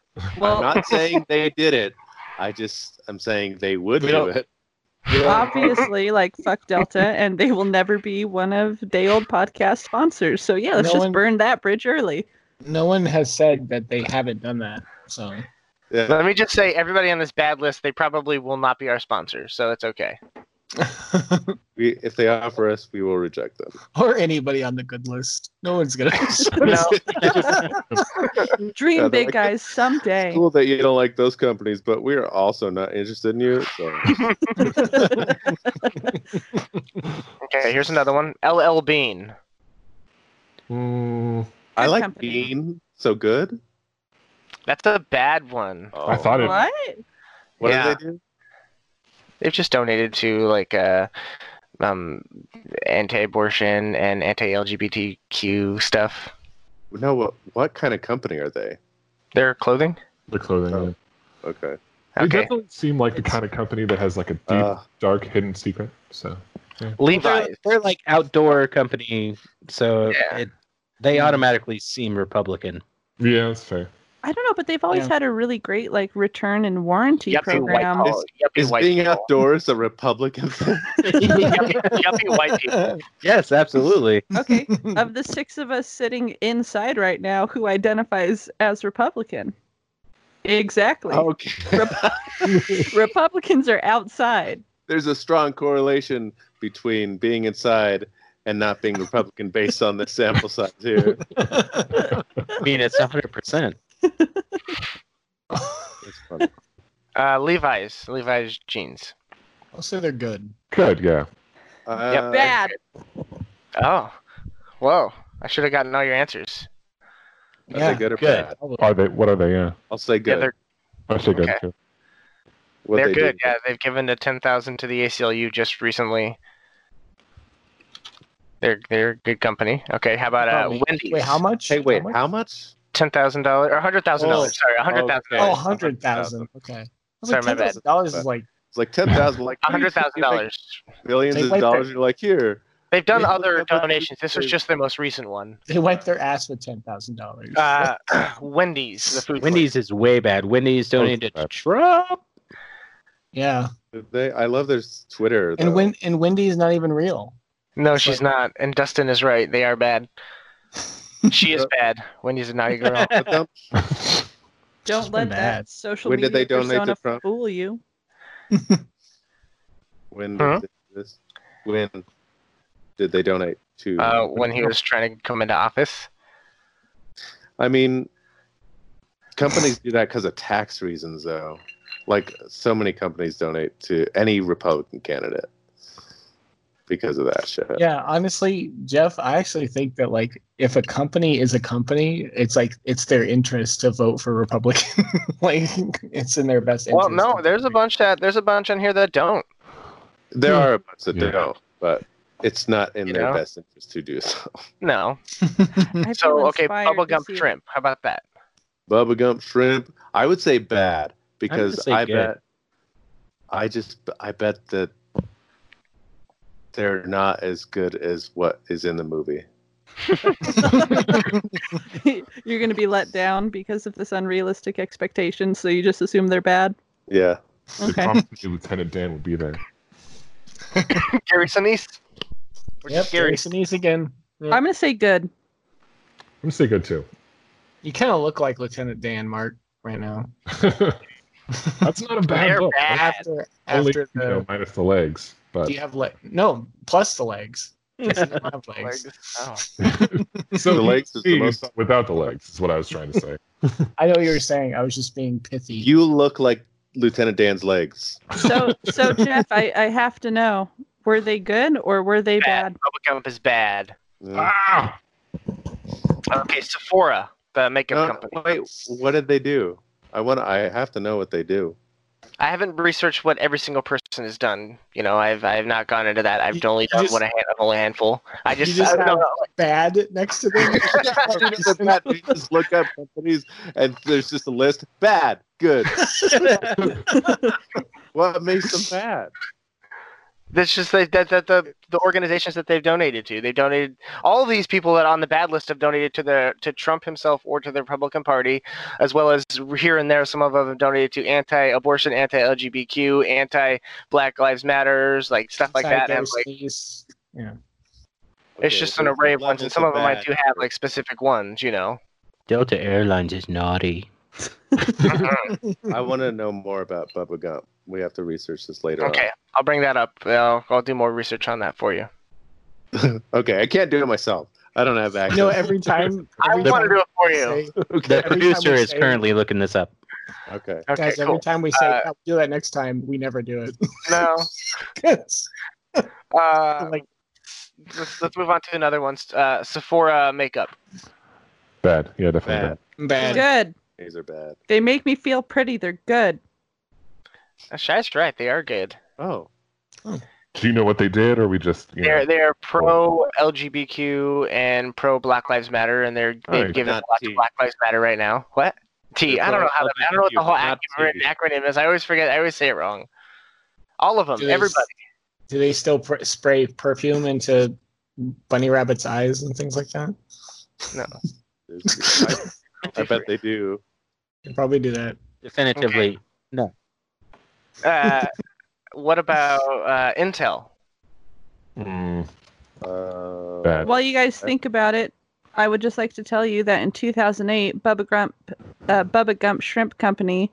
[SPEAKER 5] I'm not saying they did it. I just I'm saying they would
[SPEAKER 1] We
[SPEAKER 5] do
[SPEAKER 1] don't-
[SPEAKER 5] it.
[SPEAKER 3] Obviously, like fuck Delta, and they will never be one of day old podcast sponsors. So yeah, let's
[SPEAKER 6] No
[SPEAKER 3] just
[SPEAKER 6] one-
[SPEAKER 3] burn that bridge early.
[SPEAKER 6] No one has said that they haven't done that. So
[SPEAKER 5] Yeah.
[SPEAKER 1] Let me just say, everybody on this bad list, they probably will not be our sponsor, so it's okay.
[SPEAKER 5] We, if they offer us, we will reject them.
[SPEAKER 6] or anybody on the good list. No one's gonna
[SPEAKER 1] No,
[SPEAKER 3] Dream
[SPEAKER 5] Yeah, they're
[SPEAKER 3] big,
[SPEAKER 5] like-
[SPEAKER 3] guys, someday.
[SPEAKER 5] Cool that you don't like those companies, but we are also not interested in you. So
[SPEAKER 1] okay, here's another one. LL Bean.
[SPEAKER 4] Mm,
[SPEAKER 5] I
[SPEAKER 3] Good
[SPEAKER 5] like
[SPEAKER 3] company.
[SPEAKER 5] Bean. So good.
[SPEAKER 1] That's a bad one.
[SPEAKER 4] I thought it.
[SPEAKER 3] What?
[SPEAKER 5] What
[SPEAKER 1] Yeah.
[SPEAKER 5] did they do?
[SPEAKER 1] They've just donated to like uh, um, anti-abortion and anti-LGBTQ stuff.
[SPEAKER 5] No, what what kind of company are they?
[SPEAKER 1] Their clothing.
[SPEAKER 4] The clothing.
[SPEAKER 5] Oh.
[SPEAKER 4] line.
[SPEAKER 5] Okay.
[SPEAKER 4] They
[SPEAKER 1] Okay,
[SPEAKER 4] definitely seem like the kind of company that has like a deep,
[SPEAKER 5] Uh,
[SPEAKER 4] dark, hidden secret. So
[SPEAKER 2] they're,
[SPEAKER 1] Levi's.
[SPEAKER 2] they're like outdoor company, so
[SPEAKER 1] Yeah.
[SPEAKER 2] it, they automatically seem Republican.
[SPEAKER 4] yeah, that's fair.
[SPEAKER 3] I don't know, but they've always
[SPEAKER 6] Yeah.
[SPEAKER 3] had a really great like return and warranty
[SPEAKER 1] Yuppie white,
[SPEAKER 3] program.
[SPEAKER 1] collar- yuppie
[SPEAKER 5] is
[SPEAKER 1] white
[SPEAKER 5] being
[SPEAKER 1] people.
[SPEAKER 5] outdoors a Republican thing?
[SPEAKER 1] yuppie, yuppie white people.
[SPEAKER 2] Yes, absolutely.
[SPEAKER 3] okay, of the six of us sitting inside right now, who identifies as Republican? Exactly.
[SPEAKER 5] Okay.
[SPEAKER 3] Republicans are outside.
[SPEAKER 5] There's a strong correlation between being inside and not being Republican based on the sample size here.
[SPEAKER 2] I mean, it's 100%.
[SPEAKER 5] That's funny.
[SPEAKER 1] Uh, Levi's. Levi's jeans.
[SPEAKER 6] I'll say they're good.
[SPEAKER 4] Good, yeah.
[SPEAKER 5] Uh,
[SPEAKER 3] Bad.
[SPEAKER 1] Oh, whoa! I should have gotten all your answers.
[SPEAKER 5] I'll say good or
[SPEAKER 2] good.
[SPEAKER 5] bad.
[SPEAKER 4] Are they? What are they? Yeah,
[SPEAKER 5] I'll say
[SPEAKER 1] Yeah,
[SPEAKER 5] good.
[SPEAKER 1] they're
[SPEAKER 4] I say good
[SPEAKER 1] Okay.
[SPEAKER 4] too.
[SPEAKER 5] what
[SPEAKER 1] they're
[SPEAKER 5] they
[SPEAKER 1] good.
[SPEAKER 5] did.
[SPEAKER 1] Yeah, they've given the ten thousand to the ACLU just recently. They're they're good company. Okay, how about uh,
[SPEAKER 6] Probably.
[SPEAKER 1] Wendy's?
[SPEAKER 6] Wait, how much?
[SPEAKER 5] Hey, wait,
[SPEAKER 6] How much?
[SPEAKER 5] how much?
[SPEAKER 1] Ten thousand dollars or hundred thousand dollars? Sorry, a hundred thousand
[SPEAKER 6] Oh,
[SPEAKER 1] dollars.
[SPEAKER 6] hundred thousand. Okay. I was
[SPEAKER 1] Sorry,
[SPEAKER 6] like,
[SPEAKER 1] my
[SPEAKER 6] ten
[SPEAKER 1] bad.
[SPEAKER 6] thousand dollars is like
[SPEAKER 5] It's like ten thousand. Like
[SPEAKER 1] A hundred thousand dollars.
[SPEAKER 5] Millions
[SPEAKER 6] Take
[SPEAKER 5] of
[SPEAKER 6] my
[SPEAKER 5] dollars. You're like here.
[SPEAKER 1] They've done
[SPEAKER 5] Yeah,
[SPEAKER 1] other
[SPEAKER 5] but- but-
[SPEAKER 1] donations. This was just the most recent one.
[SPEAKER 6] they wiped their ass with ten thousand dollars.
[SPEAKER 1] Uh, Wendy's, the food. place.
[SPEAKER 2] Wendy's is way bad. Wendy's donated to
[SPEAKER 4] bad.
[SPEAKER 2] Trump.
[SPEAKER 6] yeah.
[SPEAKER 5] They, I love their s- Twitter. though.
[SPEAKER 6] And Win and Wendy's not even real.
[SPEAKER 1] No, she's not. And Dustin is right. They are bad. She is bad. Wendy's a naughty girl.
[SPEAKER 5] But them-
[SPEAKER 6] It's
[SPEAKER 3] Don't
[SPEAKER 6] been
[SPEAKER 3] let
[SPEAKER 6] bad.
[SPEAKER 3] that social
[SPEAKER 5] When
[SPEAKER 3] media
[SPEAKER 5] did they donate to
[SPEAKER 3] persona
[SPEAKER 5] Trump?
[SPEAKER 3] fool you.
[SPEAKER 5] when
[SPEAKER 1] Huh?
[SPEAKER 5] did this? When did they donate to?
[SPEAKER 1] Uh, when he was trying to come into office.
[SPEAKER 5] I mean, companies do that because of tax reasons, though. Like so many companies donate to any Republican candidate because of that shit.
[SPEAKER 6] Yeah, honestly, Jeff, I actually think that like if a company is a company, it's like it's their interest to vote for Republican. like it's in their best
[SPEAKER 1] Well,
[SPEAKER 6] interest.
[SPEAKER 1] no, there's a bunch that there's a bunch on here that don't.
[SPEAKER 5] There are a bunch that
[SPEAKER 4] Yeah.
[SPEAKER 5] don't, but it's not in
[SPEAKER 1] You
[SPEAKER 5] their
[SPEAKER 1] know?
[SPEAKER 5] best interest to do so.
[SPEAKER 1] No.
[SPEAKER 3] I feel
[SPEAKER 1] Hmm. So okay,
[SPEAKER 3] inspired to
[SPEAKER 1] bubblegum
[SPEAKER 3] see it.
[SPEAKER 1] shrimp. How about that?
[SPEAKER 5] Bubba Gump shrimp. I would say bad because
[SPEAKER 2] say
[SPEAKER 5] I
[SPEAKER 2] good.
[SPEAKER 5] bet. I just I bet that they're not as good as what is in the movie.
[SPEAKER 3] You're going to be let down because of this unrealistic expectation, so you just assume they're bad.
[SPEAKER 5] Yeah.
[SPEAKER 4] They
[SPEAKER 3] Okay.
[SPEAKER 4] promised me Lieutenant Dan would be there.
[SPEAKER 1] Gary Sinise. We're
[SPEAKER 6] Yep,
[SPEAKER 1] just Gary.
[SPEAKER 6] Jason Ease again.
[SPEAKER 3] I'm going to say good.
[SPEAKER 4] I'm say good too.
[SPEAKER 6] You kind of look like Lieutenant Dan Mark right now.
[SPEAKER 4] That's not a bad
[SPEAKER 1] They're
[SPEAKER 4] book.
[SPEAKER 1] bad.
[SPEAKER 6] After
[SPEAKER 4] Only,
[SPEAKER 6] after
[SPEAKER 4] you
[SPEAKER 6] the
[SPEAKER 4] know, minus the legs, but
[SPEAKER 6] do you have leg? No, plus the legs. 'Cause you don't have legs.
[SPEAKER 1] Legs. Oh.
[SPEAKER 4] so
[SPEAKER 5] The
[SPEAKER 4] he
[SPEAKER 5] legs is the most-
[SPEAKER 4] sees without the legs is what I was trying to say.
[SPEAKER 6] I know what you were saying. I was just being pithy.
[SPEAKER 5] You look like Lieutenant Dan's legs.
[SPEAKER 3] So, so Jeff, I, I have to know were they good or were they
[SPEAKER 1] Bad.
[SPEAKER 3] bad?
[SPEAKER 6] Oh.
[SPEAKER 1] Bubblegum is bad.
[SPEAKER 5] Yeah.
[SPEAKER 4] ah,
[SPEAKER 1] Okay, Sephora, the makeup
[SPEAKER 5] No,
[SPEAKER 1] company.
[SPEAKER 5] wait, what did they do? I want. I have to know what they do.
[SPEAKER 1] I haven't researched what every single person has done. You know, I've I've not gone into that. I've
[SPEAKER 6] You-
[SPEAKER 1] only
[SPEAKER 6] you
[SPEAKER 1] done
[SPEAKER 6] just-
[SPEAKER 1] what I had, only a handful. I
[SPEAKER 6] You
[SPEAKER 1] just,
[SPEAKER 6] just
[SPEAKER 1] I don't
[SPEAKER 6] have-
[SPEAKER 1] know.
[SPEAKER 6] Bad next to them.
[SPEAKER 5] you just look up companies, and there's just a list. Bad, good. What makes them bad?
[SPEAKER 1] That's just the, that that the the organizations that they've donated to. They've donated all these people that on the bad list have donated to the to Trump himself or to the Republican Party, as well as here and there some of them have donated to anti-abortion, anti-LGBTQ, anti-Black Lives Matters, like stuff like that. And, like,
[SPEAKER 6] Diversities.
[SPEAKER 1] it's just an array of ones, and some of them I do have like specific ones. You know.
[SPEAKER 2] Delta Airlines is naughty.
[SPEAKER 1] Mm-hmm.
[SPEAKER 5] I want to know more about Bubba Gump. We have to research this later.
[SPEAKER 1] Okay, I'll bring that up. I'll, I'll do more research on that for you.
[SPEAKER 5] On. Okay. I can't do it myself. I don't have access.
[SPEAKER 6] You know, every time
[SPEAKER 1] I
[SPEAKER 6] every
[SPEAKER 1] want to
[SPEAKER 6] time
[SPEAKER 1] do it for
[SPEAKER 6] we
[SPEAKER 1] you.
[SPEAKER 6] say-
[SPEAKER 2] The
[SPEAKER 6] Every time
[SPEAKER 2] producer
[SPEAKER 6] we
[SPEAKER 2] is
[SPEAKER 6] say-
[SPEAKER 2] currently looking this up.
[SPEAKER 5] okay.
[SPEAKER 1] Okay,
[SPEAKER 6] guys, every
[SPEAKER 1] cool.
[SPEAKER 6] time we say
[SPEAKER 1] Uh,
[SPEAKER 6] "Yeah, we'll do that next time, we never do it.
[SPEAKER 1] No,
[SPEAKER 6] 'Cause,
[SPEAKER 1] uh,
[SPEAKER 6] like,
[SPEAKER 1] let's, let's move on to another one. Uh, Sephora makeup.
[SPEAKER 4] bad. Yeah, definitely.
[SPEAKER 5] Bad.
[SPEAKER 6] bad.
[SPEAKER 3] Good.
[SPEAKER 5] These are bad.
[SPEAKER 3] They make me feel pretty. They're good.
[SPEAKER 1] Uh, Shai's right. They are good.
[SPEAKER 5] Oh.
[SPEAKER 4] Bad. Do you know what they did, or we just? You
[SPEAKER 1] They're
[SPEAKER 4] know,
[SPEAKER 1] they are pro LGBTQ and pro Black Lives Matter, and they're
[SPEAKER 4] All
[SPEAKER 1] they've
[SPEAKER 4] right.
[SPEAKER 1] given a
[SPEAKER 5] Not
[SPEAKER 1] lot
[SPEAKER 5] T.
[SPEAKER 1] to Black Lives Matter right now. What? T.
[SPEAKER 5] Oh, They're
[SPEAKER 1] I don't know how. The, I don't know what the whole
[SPEAKER 5] pro-LGBTQ,
[SPEAKER 1] acronym,
[SPEAKER 5] not
[SPEAKER 1] acronym is. I always forget. I always say it wrong. All of them.
[SPEAKER 6] Do they s-
[SPEAKER 1] Everybody.
[SPEAKER 6] Do they still pr- spray perfume into bunny rabbit's eyes and things like that?
[SPEAKER 5] I, I bet they do.
[SPEAKER 6] They probably do that.
[SPEAKER 2] Definitively.
[SPEAKER 1] Uh, what about uh, Intel?
[SPEAKER 4] mm,
[SPEAKER 5] Uh,
[SPEAKER 4] bad.
[SPEAKER 3] While you guys think about it, I would just like to tell you that in 2008, Bubba Gump, uh, Bubba Gump Shrimp Company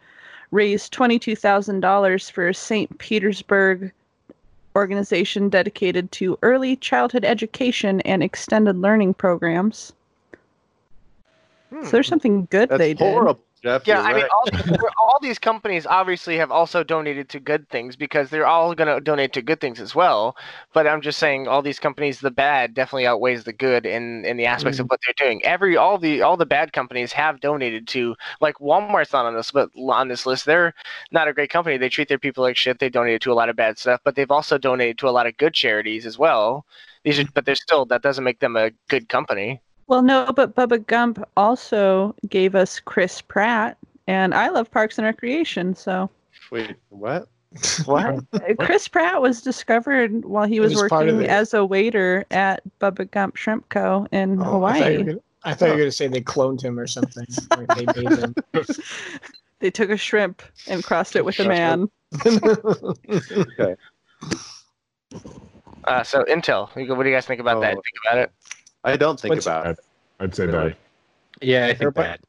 [SPEAKER 3] raised $22,000 for a St. Petersburg organization dedicated to early childhood education and extended learning programs.
[SPEAKER 1] Hmm.
[SPEAKER 5] Hmm.
[SPEAKER 3] So there's something good
[SPEAKER 5] That's
[SPEAKER 3] they did.
[SPEAKER 5] horrible. Jeff,
[SPEAKER 1] Yeah,
[SPEAKER 5] you're
[SPEAKER 1] I mean,
[SPEAKER 5] right.
[SPEAKER 1] all, we're- all these companies obviously have also donated to good things because they're all going to donate to good things as well. But I'm just saying, all these companies, the bad definitely outweighs the good in in the aspects
[SPEAKER 5] Mm.
[SPEAKER 1] of what they're doing. Every all the all the bad companies have donated to like Walmart's not on this, but on this list, they're not a great company. They treat their people like shit. They donated to a lot of bad stuff, but they've also donated to a lot of good charities as well. These
[SPEAKER 5] Mm.
[SPEAKER 1] are, but they're still that doesn't make them a good company.
[SPEAKER 3] Well, no, but Bubba Gump also gave us Chris Pratt, and I love Parks and Recreation. So
[SPEAKER 1] uh,
[SPEAKER 5] Wait, what?
[SPEAKER 1] What?
[SPEAKER 3] Uh, Chris Pratt was discovered while he was,
[SPEAKER 6] was part of
[SPEAKER 3] working
[SPEAKER 6] it.
[SPEAKER 3] as a waiter at Bubba Gump Shrimp Co. in
[SPEAKER 6] Oh, I thought you were
[SPEAKER 3] Hawaii.
[SPEAKER 6] gonna- I thought you were going to say they cloned him or something. or they made him.
[SPEAKER 3] They took a shrimp and crossed it with a
[SPEAKER 5] That's right.
[SPEAKER 3] man.
[SPEAKER 1] Uh, so Intel, you go- what do you guys think about that?
[SPEAKER 5] Oh.
[SPEAKER 1] Think about it.
[SPEAKER 5] I don't think
[SPEAKER 6] What's-
[SPEAKER 5] about it.
[SPEAKER 4] I'd say
[SPEAKER 5] Really?
[SPEAKER 4] bad.
[SPEAKER 2] Yeah, I think
[SPEAKER 6] Everybody-
[SPEAKER 2] that.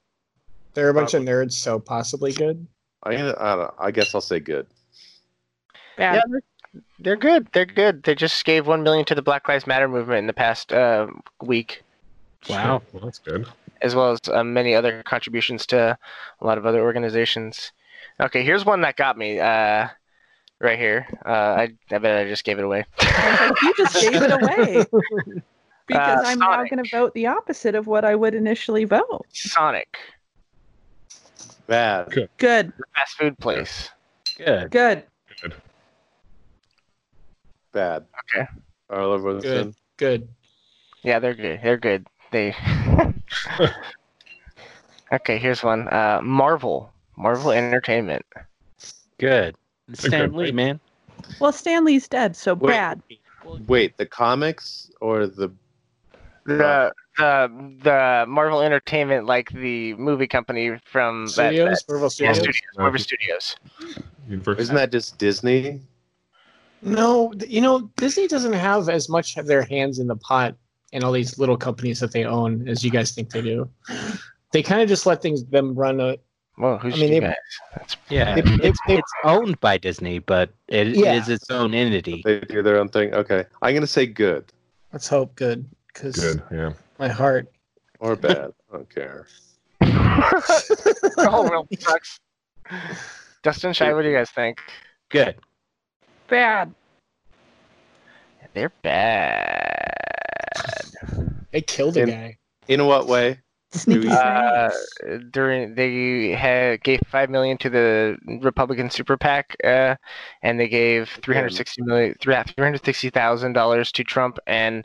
[SPEAKER 6] They're a bunch of nerds, so possibly good.
[SPEAKER 5] I, I, don't, I guess I'll say good.
[SPEAKER 3] Bad.
[SPEAKER 1] Yeah, They're good. They're good. They just gave one million to the Black Lives Matter movement in the past uh, week,
[SPEAKER 2] Wow.
[SPEAKER 4] Shit, Well, that's good.
[SPEAKER 1] as well as uh, many other contributions to a lot of other organizations. Okay, here's one that got me uh, right here. Uh, I, I bet I just gave it away.
[SPEAKER 3] I was like, you just gave it away. Because
[SPEAKER 1] Uh,
[SPEAKER 3] I'm now
[SPEAKER 1] Sonic.
[SPEAKER 3] going to vote the opposite of what I would initially vote.
[SPEAKER 1] Sonic,
[SPEAKER 5] Bad.
[SPEAKER 3] Good,
[SPEAKER 1] the fast food place.
[SPEAKER 2] Good.
[SPEAKER 3] good.
[SPEAKER 5] Bad.
[SPEAKER 1] Okay.
[SPEAKER 5] All over the
[SPEAKER 6] Good. Good.
[SPEAKER 1] Yeah, they're good. They're good. They. okay, here's one. Uh, Marvel, Marvel Entertainment.
[SPEAKER 2] Good. Stan
[SPEAKER 4] good.
[SPEAKER 2] Lee, man.
[SPEAKER 3] Well, Stanley's dead, so
[SPEAKER 5] Wait.
[SPEAKER 3] Brad.
[SPEAKER 5] Wait, the comics or the
[SPEAKER 1] the the the Marvel Entertainment, like the movie company from Mm, that, that
[SPEAKER 6] Studios? Marvel
[SPEAKER 1] yeah,
[SPEAKER 6] Studios?
[SPEAKER 1] studios, Marvel Studios.
[SPEAKER 4] Universal.
[SPEAKER 5] isn't that just Disney?
[SPEAKER 6] No, th- you know, Disney doesn't have as much of their hands in the pot and all these little companies that they own as you guys think they do. They kind of just let things them run. uh, A,
[SPEAKER 1] Well, who's
[SPEAKER 6] I mean,
[SPEAKER 1] you
[SPEAKER 6] they-
[SPEAKER 1] guys?
[SPEAKER 2] Yeah.
[SPEAKER 6] It- it-
[SPEAKER 2] it's,
[SPEAKER 6] it-
[SPEAKER 2] it's owned by Disney, but it, it
[SPEAKER 6] Yeah.
[SPEAKER 2] is its own entity.
[SPEAKER 5] They do their own thing. Okay, I'm gonna say good
[SPEAKER 6] let's hope good, because
[SPEAKER 4] good? Yeah.
[SPEAKER 6] my heart.
[SPEAKER 5] or bad. I don't care.
[SPEAKER 1] oh, well, sucks. Dustin Shy, what do you guys think?
[SPEAKER 2] Good.
[SPEAKER 3] Bad.
[SPEAKER 1] They're bad.
[SPEAKER 6] They killed a
[SPEAKER 5] And-
[SPEAKER 6] guy.
[SPEAKER 5] In what way?
[SPEAKER 3] Sneaky
[SPEAKER 5] you-
[SPEAKER 1] Uh,
[SPEAKER 3] snakes.
[SPEAKER 1] during they had, gave five million to the Republican Super PAC, uh, and they gave three hundred sixty million, three hundred sixty thousand dollars to Trump, and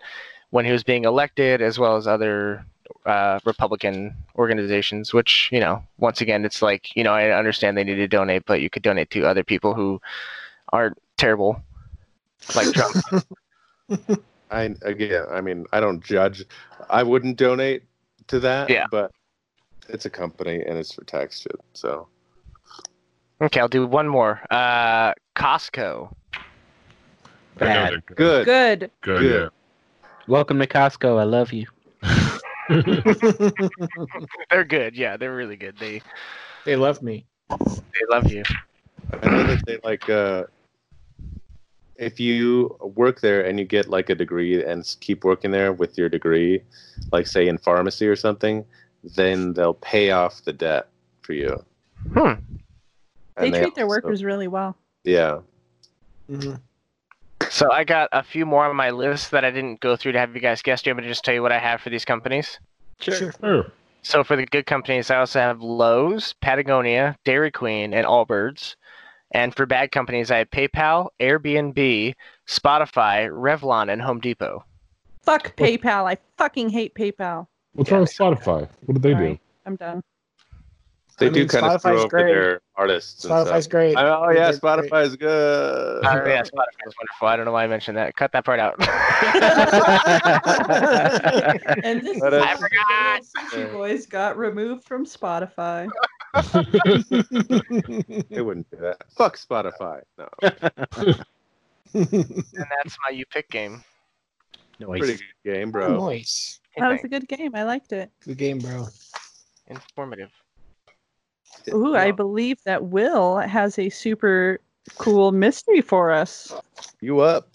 [SPEAKER 1] when he was being elected, as well as other uh, Republican organizations. Which you know, once again, it's like you know, I understand they need to donate, but you could donate to other people who aren't terrible, like Trump.
[SPEAKER 5] I again. I mean, I don't judge. I wouldn't donate to that.
[SPEAKER 1] Yeah.
[SPEAKER 5] But it's a company and it's for tax shit. So
[SPEAKER 1] okay, I'll do one more. Uh, Costco.
[SPEAKER 4] I know
[SPEAKER 2] Bad.
[SPEAKER 4] they're good.
[SPEAKER 5] good.
[SPEAKER 3] good.
[SPEAKER 4] Good.
[SPEAKER 5] Good.
[SPEAKER 4] Yeah.
[SPEAKER 2] Welcome to Costco. I love you.
[SPEAKER 1] They're good. Yeah, they're really good. They
[SPEAKER 6] They love me.
[SPEAKER 1] they love you.
[SPEAKER 5] I know that they like uh, if you work there and you get like a degree and s- keep working there with your degree, like say in pharmacy or something, then they'll pay off the debt for you.
[SPEAKER 1] Hmm.
[SPEAKER 3] They
[SPEAKER 5] And
[SPEAKER 3] treat their
[SPEAKER 5] also-
[SPEAKER 3] workers really well.
[SPEAKER 5] Yeah.
[SPEAKER 6] Mhm.
[SPEAKER 1] So I got a few more on my list that I didn't go through to have you guys guess. Do you want me to just tell you what I have for these companies?
[SPEAKER 6] Sure.
[SPEAKER 4] Sure.
[SPEAKER 1] So for the good companies, I also have Lowe's, Patagonia, Dairy Queen, and Allbirds. And for bad companies, I have PayPal, Airbnb, Spotify, Revlon, and Home Depot.
[SPEAKER 3] Fuck PayPal. I fucking hate PayPal.
[SPEAKER 4] What's wrong with Spotify? What did they
[SPEAKER 3] All
[SPEAKER 4] do?
[SPEAKER 3] right, I'm done.
[SPEAKER 5] They
[SPEAKER 6] I mean,
[SPEAKER 5] do kind
[SPEAKER 6] Spotify's
[SPEAKER 5] of throw over
[SPEAKER 6] great.
[SPEAKER 5] their artists. and stuff.
[SPEAKER 6] Spotify's great.
[SPEAKER 5] Oh yeah,
[SPEAKER 6] They're great.
[SPEAKER 5] Spotify's good.
[SPEAKER 1] Oh yeah, Spotify is wonderful. I don't know why I mentioned that. Cut that part out.
[SPEAKER 3] And this
[SPEAKER 5] But,
[SPEAKER 3] is
[SPEAKER 5] uh,
[SPEAKER 1] I forgot.
[SPEAKER 3] Sushi Boys got removed from Spotify.
[SPEAKER 5] They wouldn't do that. Fuck Spotify. No,
[SPEAKER 1] and that's my you pick game.
[SPEAKER 5] pretty
[SPEAKER 2] Noise.
[SPEAKER 5] good game, bro.
[SPEAKER 6] Nice.
[SPEAKER 3] That was a good game. I liked it.
[SPEAKER 6] Good game, bro.
[SPEAKER 1] Informative.
[SPEAKER 3] Ooh, I believe that Will has a super cool mystery for us.
[SPEAKER 5] You up?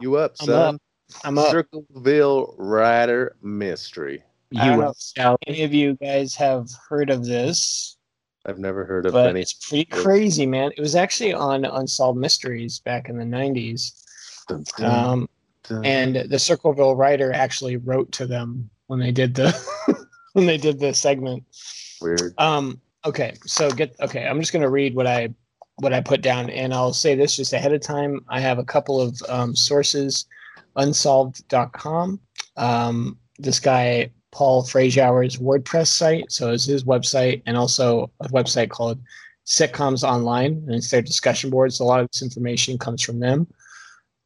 [SPEAKER 5] You up,
[SPEAKER 6] I'm
[SPEAKER 5] son?
[SPEAKER 6] I'm up.
[SPEAKER 5] Circleville Rider mystery.
[SPEAKER 6] I don't know
[SPEAKER 2] You shall.
[SPEAKER 6] Any of you guys have heard of this?
[SPEAKER 5] I've never heard of
[SPEAKER 6] but
[SPEAKER 5] any.
[SPEAKER 6] it's pretty crazy, man. It was actually on Unsolved Mysteries back in the '90s,
[SPEAKER 5] Dun, dun,
[SPEAKER 6] um,
[SPEAKER 5] dun.
[SPEAKER 6] and the Circleville writer actually wrote to them when they did the when they did the segment.
[SPEAKER 5] weird.
[SPEAKER 6] Um. Okay. So get. Okay. I'm just gonna read what I what I put down, and I'll say this just ahead of time. I have a couple of um, sources: unsolved.com. Um, this guy Paul Frazier's WordPress site, so it's his website, and also a website called Sitcoms Online, and it's their discussion boards. a lot of this information comes from them.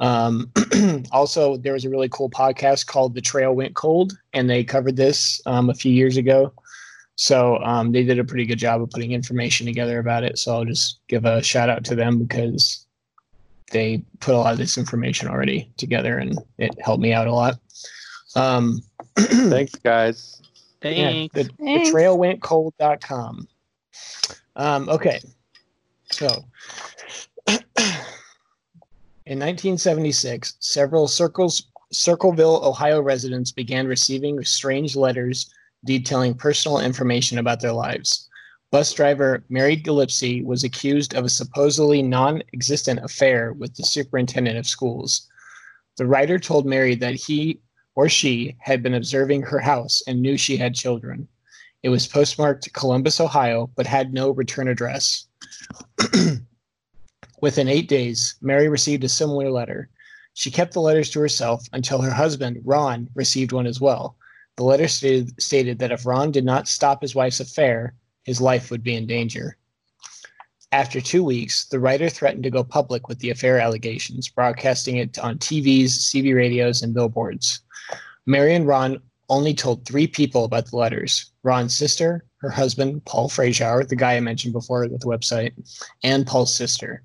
[SPEAKER 6] Um, also, there was a really cool podcast called The Trail Went Cold, and they covered this um, a few years ago. So um, they did a pretty good job of putting information together about it. So I'll just give a shout out to them because they put a lot of this information already together and it helped me out a lot. Um,
[SPEAKER 5] Thanks, guys.
[SPEAKER 6] yeah,
[SPEAKER 2] Thanks.
[SPEAKER 6] the,
[SPEAKER 3] Thanks.
[SPEAKER 6] trailwentcold.com. Um, okay. So in 1976, several circles, Circleville, Ohio residents began receiving strange letters detailing personal information about their lives. Bus driver Mary Gillipsy was accused of a supposedly non existent affair with the superintendent of schools. The writer told Mary that he or she had been observing her house and knew she had children. It was postmarked Columbus, Ohio, but had no return address. Within eight days, Mary received a similar letter. She kept the letters to herself until her husband, Ron, received one as well. The letter stated, stated that if Ron did not stop his wife's affair, his life would be in danger. After two weeks, the writer threatened to go public with the affair allegations, broadcasting it on TVs, CB radios, and billboards. Mary and Ron only told three people about the letters Ron's sister, her husband, Paul Frazier, the guy I mentioned before with the website, and Paul's sister.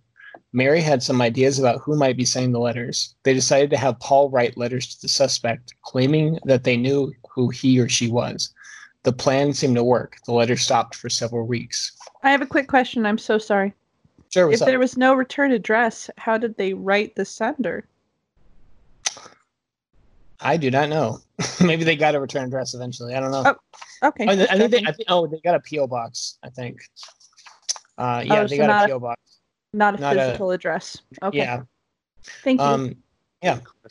[SPEAKER 6] Mary had some ideas about who might be sending the letters. They decided to have Paul write letters to the suspect, claiming that they knew who he or she was. The plan seemed to work. The letter stopped for several weeks.
[SPEAKER 3] I have a quick question. I'm so sorry.
[SPEAKER 6] Sure, what's
[SPEAKER 3] if there
[SPEAKER 6] up?
[SPEAKER 3] was no return address, how did they write the sender?
[SPEAKER 6] I do not know. Maybe they got a return address eventually. I don't know.
[SPEAKER 3] Oh, Okay.
[SPEAKER 6] Oh, I think they,
[SPEAKER 3] checking.
[SPEAKER 6] I think, oh, they got a PO box. I think. Uh,
[SPEAKER 3] Oh,
[SPEAKER 6] yeah, they
[SPEAKER 3] so
[SPEAKER 6] got
[SPEAKER 3] not
[SPEAKER 6] a
[SPEAKER 3] a-
[SPEAKER 6] PO box.
[SPEAKER 3] Not a
[SPEAKER 6] not a-
[SPEAKER 3] physical address. Okay.
[SPEAKER 6] Yeah.
[SPEAKER 3] Thank you.
[SPEAKER 6] Um,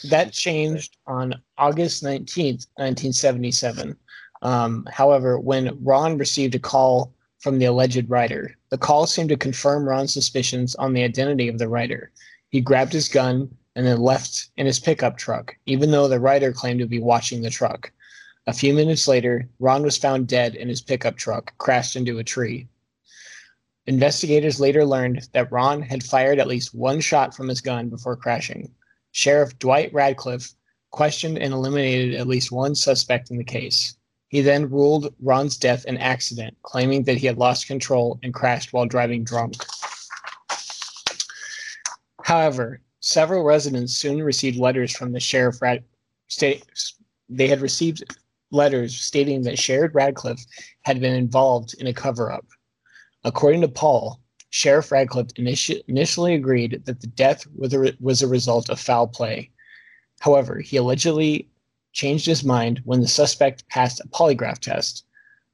[SPEAKER 6] that changed on August nineteenth, nineteen seventy-seven. Um, however, when Ron received a call from the alleged writer, the call seemed to confirm Ron's suspicions on the identity of the writer. He grabbed his gun and then left in his pickup truck, even though the writer claimed to be watching the truck. A few minutes later, Ron was found dead in his pickup truck, crashed into a tree. Investigators later learned that Ron had fired at least one shot from his gun before crashing. Sheriff Dwight Radcliffe questioned and eliminated at least one suspect in the case. He then ruled Ron's death an accident, claiming that he had lost control and crashed while driving drunk. However, several residents soon received letters from the sheriff. Rad- state, they had received letters stating that Sheriff Radcliffe had been involved in a cover up. According to Paul, Sheriff Radcliffe initi- initially agreed that the death was a, re- was a result of foul play. However, he allegedly changed his mind when the suspect passed a polygraph test.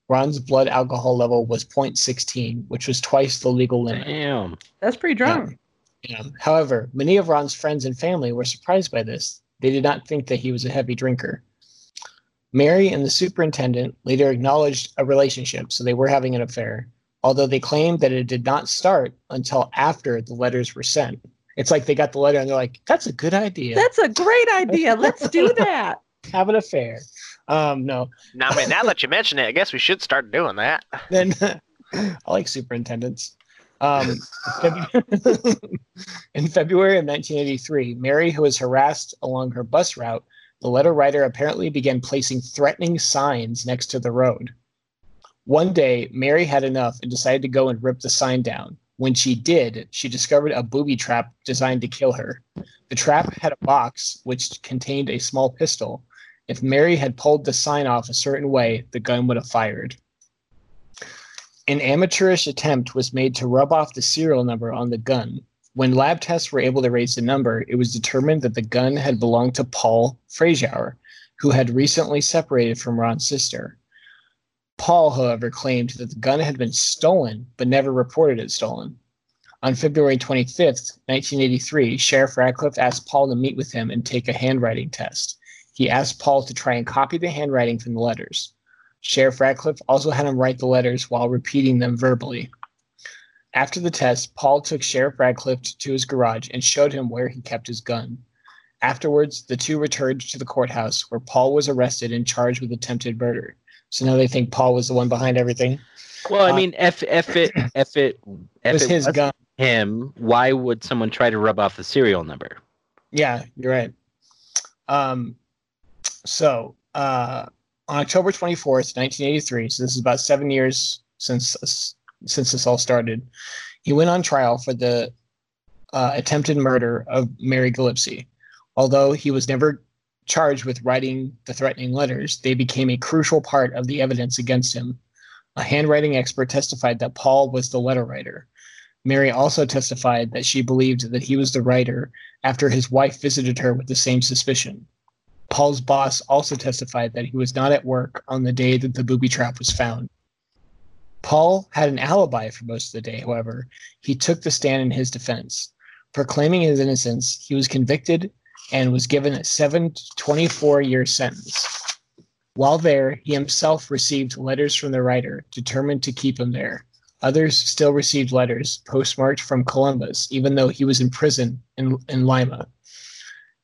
[SPEAKER 6] Ron's blood alcohol level was 0.16, which was twice the legal limit.
[SPEAKER 2] Damn.
[SPEAKER 3] That's pretty drunk.
[SPEAKER 6] Yeah. Um, However, many of Ron's friends and family were surprised by this. They did not think that he was a heavy drinker. Mary and the superintendent later acknowledged a relationship, so they were having an affair, although they claimed that it did not start until after the letters were sent. It's like they got the letter and they're like, that's a good idea.
[SPEAKER 3] That's a great idea. Let's do that.
[SPEAKER 6] Have an affair. Um, no.
[SPEAKER 1] Now, I mean, now that you mention it, I guess we should start doing that.
[SPEAKER 6] Then I like superintendents. Um, In February of 1983, Mary, who was harassed along her bus route, the letter writer apparently began placing threatening signs next to the road. One day, Mary had enough and decided to go and rip the sign down. When she did, she discovered a booby trap designed to kill her. The trap had a box which contained a small pistol. If Mary had pulled the sign off a certain way, the gun would have fired. An amateurish attempt was made to rub off the serial number on the gun. When lab tests were able to raise the number, it was determined that the gun had belonged to Paul Frazier, who had recently separated from Ron's sister. Paul, however, claimed that the gun had been stolen but never reported it stolen. On February 25th, 1983, Sheriff Radcliffe asked Paul to meet with him and take a handwriting test. He asked Paul to try and copy the handwriting from the letters. Sheriff Radcliffe also had him write the letters while repeating them verbally. After the test, Paul took Sheriff Radcliffe to his garage and showed him where he kept his gun. Afterwards, the two returned to the courthouse where Paul was arrested and charged with attempted murder. So now they think Paul was the one behind everything.
[SPEAKER 2] Well, I
[SPEAKER 6] Uh,
[SPEAKER 2] mean, if if it if it
[SPEAKER 6] It
[SPEAKER 2] if
[SPEAKER 6] was
[SPEAKER 2] it
[SPEAKER 6] his
[SPEAKER 2] wasn't
[SPEAKER 6] gun.
[SPEAKER 2] him, why would someone try to rub off the serial number?
[SPEAKER 6] Yeah, you're right. Um, so uh, on October 24th, 1983, so this is about seven years since since this all started, he went on trial for the uh, attempted murder of Mary Gillipsy. Although he was never charged with writing the threatening letters, they became a crucial part of the evidence against him. A handwriting expert testified that Paul was the letter writer. Mary also testified that she believed that he was the writer after his wife visited her with the same suspicion. Paul's boss also testified that he was not at work on the day that the booby trap was found. Paul had an alibi for most of the day, however. He took the stand in his defense. Proclaiming his innocence, he was convicted and was given a 7 to 24 year sentence. While there, he himself received letters from the writer, determined to keep him there. Others still received letters postmarked from Columbus, even though he was in prison in, in Lima.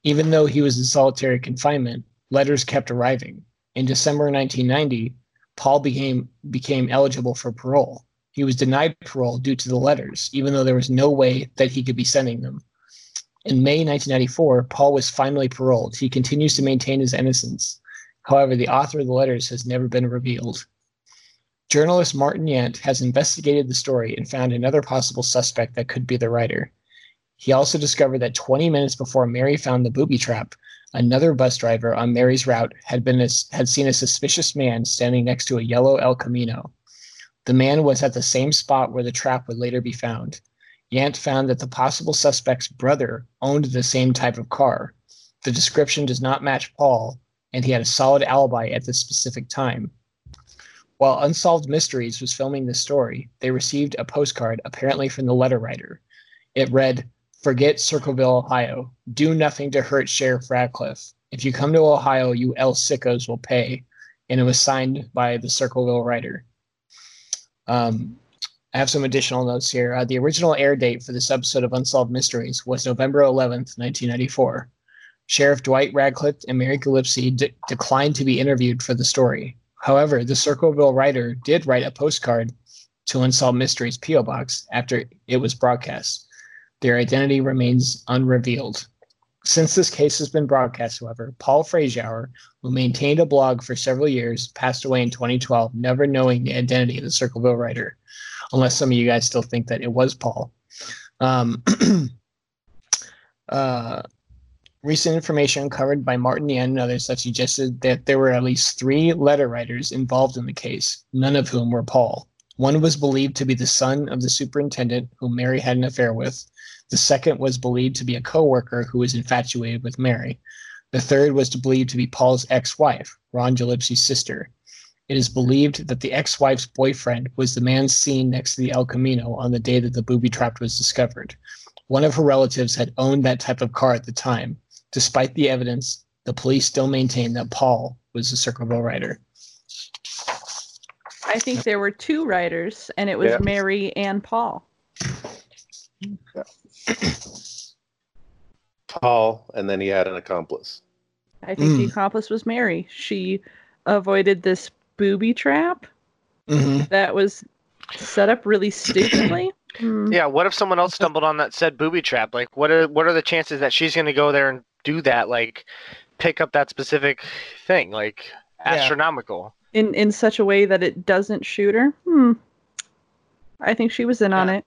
[SPEAKER 6] Even though he was in solitary confinement, letters kept arriving. In December 1990, Paul became, became eligible for parole. He was denied parole due to the letters, even though there was no way that he could be sending them. In May 1994, Paul was finally paroled. He continues to maintain his innocence. However, the author of the letters has never been revealed. Journalist Martin Yant has investigated the story and found another possible suspect that could be the writer. He also discovered that 20 minutes before Mary found the booby trap, another bus driver on Mary's route had been had seen a suspicious man standing next to a yellow El Camino. The man was at the same spot where the trap would later be found. Yant found that the possible suspect's brother owned the same type of car. The description does not match Paul, and he had a solid alibi at this specific time. While Unsolved Mysteries was filming this story, they received a postcard, apparently from the letter writer. It read, Forget Circleville, Ohio. Do nothing to hurt Sheriff Radcliffe. If you come to Ohio, you L sickos will pay. And it was signed by the Circleville writer. Um, I have some additional notes here. Uh, the original air date for this episode of Unsolved Mysteries was November 11th, 1994. Sheriff Dwight Radcliffe and Mary Gillipsy de- declined to be interviewed for the story. However, the Circleville writer did write a postcard to Unsolved Mysteries P.O. Box after it was broadcast. Their identity remains unrevealed. Since this case has been broadcast, however, Paul Frazauer, who maintained a blog for several years, passed away in 2012, never knowing the identity of the Circleville writer, unless some of you guys still think that it was Paul. Um, uh, recent information covered by Martin Yan and others that suggested that there were at least three letter writers involved in the case, none of whom were Paul. One was believed to be the son of the superintendent whom Mary had an affair with. The second was believed to be a coworker who was infatuated with Mary. The third was believed to be Paul's ex-wife, Ron Gillespie's sister. It is believed that the ex-wife's boyfriend was the man seen next to the El Camino on the day that the booby trap was discovered. One of her relatives had owned that type of car at the time. Despite the evidence, the police still maintain that Paul was the Circleville writer.
[SPEAKER 3] I think there were two writers, and it was
[SPEAKER 5] Yeah.
[SPEAKER 3] Mary and Paul.
[SPEAKER 5] Paul, and then he had an accomplice.
[SPEAKER 3] I think the
[SPEAKER 6] Mm.
[SPEAKER 3] accomplice was Mary. She avoided this booby trap that was set up really stupidly. Hmm.
[SPEAKER 1] Yeah, what if someone else stumbled on that said booby trap? Like, what are what are the chances that she's going to go there and do that? Like, pick up that specific thing? Like,
[SPEAKER 6] Yeah.
[SPEAKER 1] astronomical.
[SPEAKER 3] in in such a way that it doesn't shoot her. Hmm. I think she was in on it.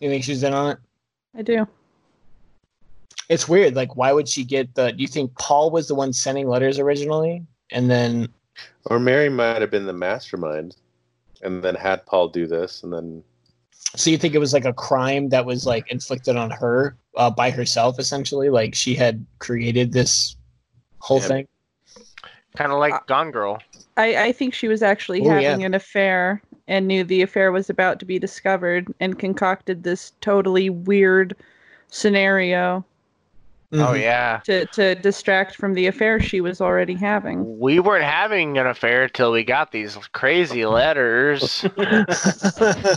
[SPEAKER 6] You think she's in on it?
[SPEAKER 3] I do.
[SPEAKER 6] It's weird. Like, why would she get the? Do you think Paul was the one sending letters originally, and then
[SPEAKER 5] Or Mary might have been the mastermind, and then had Paul do this, and then
[SPEAKER 6] so you think it was like a crime that was like inflicted on her uh, by herself, essentially? Like she had created this whole
[SPEAKER 5] Yeah.
[SPEAKER 6] thing.
[SPEAKER 3] Uh,
[SPEAKER 1] Kind of like Gone Girl.
[SPEAKER 3] I, I think she was actually
[SPEAKER 6] Oh, yeah.
[SPEAKER 3] having an affair and knew the affair was about to be discovered and concocted this totally weird scenario
[SPEAKER 1] Oh
[SPEAKER 3] mm-hmm.
[SPEAKER 6] Mhm.
[SPEAKER 1] yeah.
[SPEAKER 3] to, to distract from the affair she was already having.
[SPEAKER 1] We weren't having an affair till we got these crazy letters.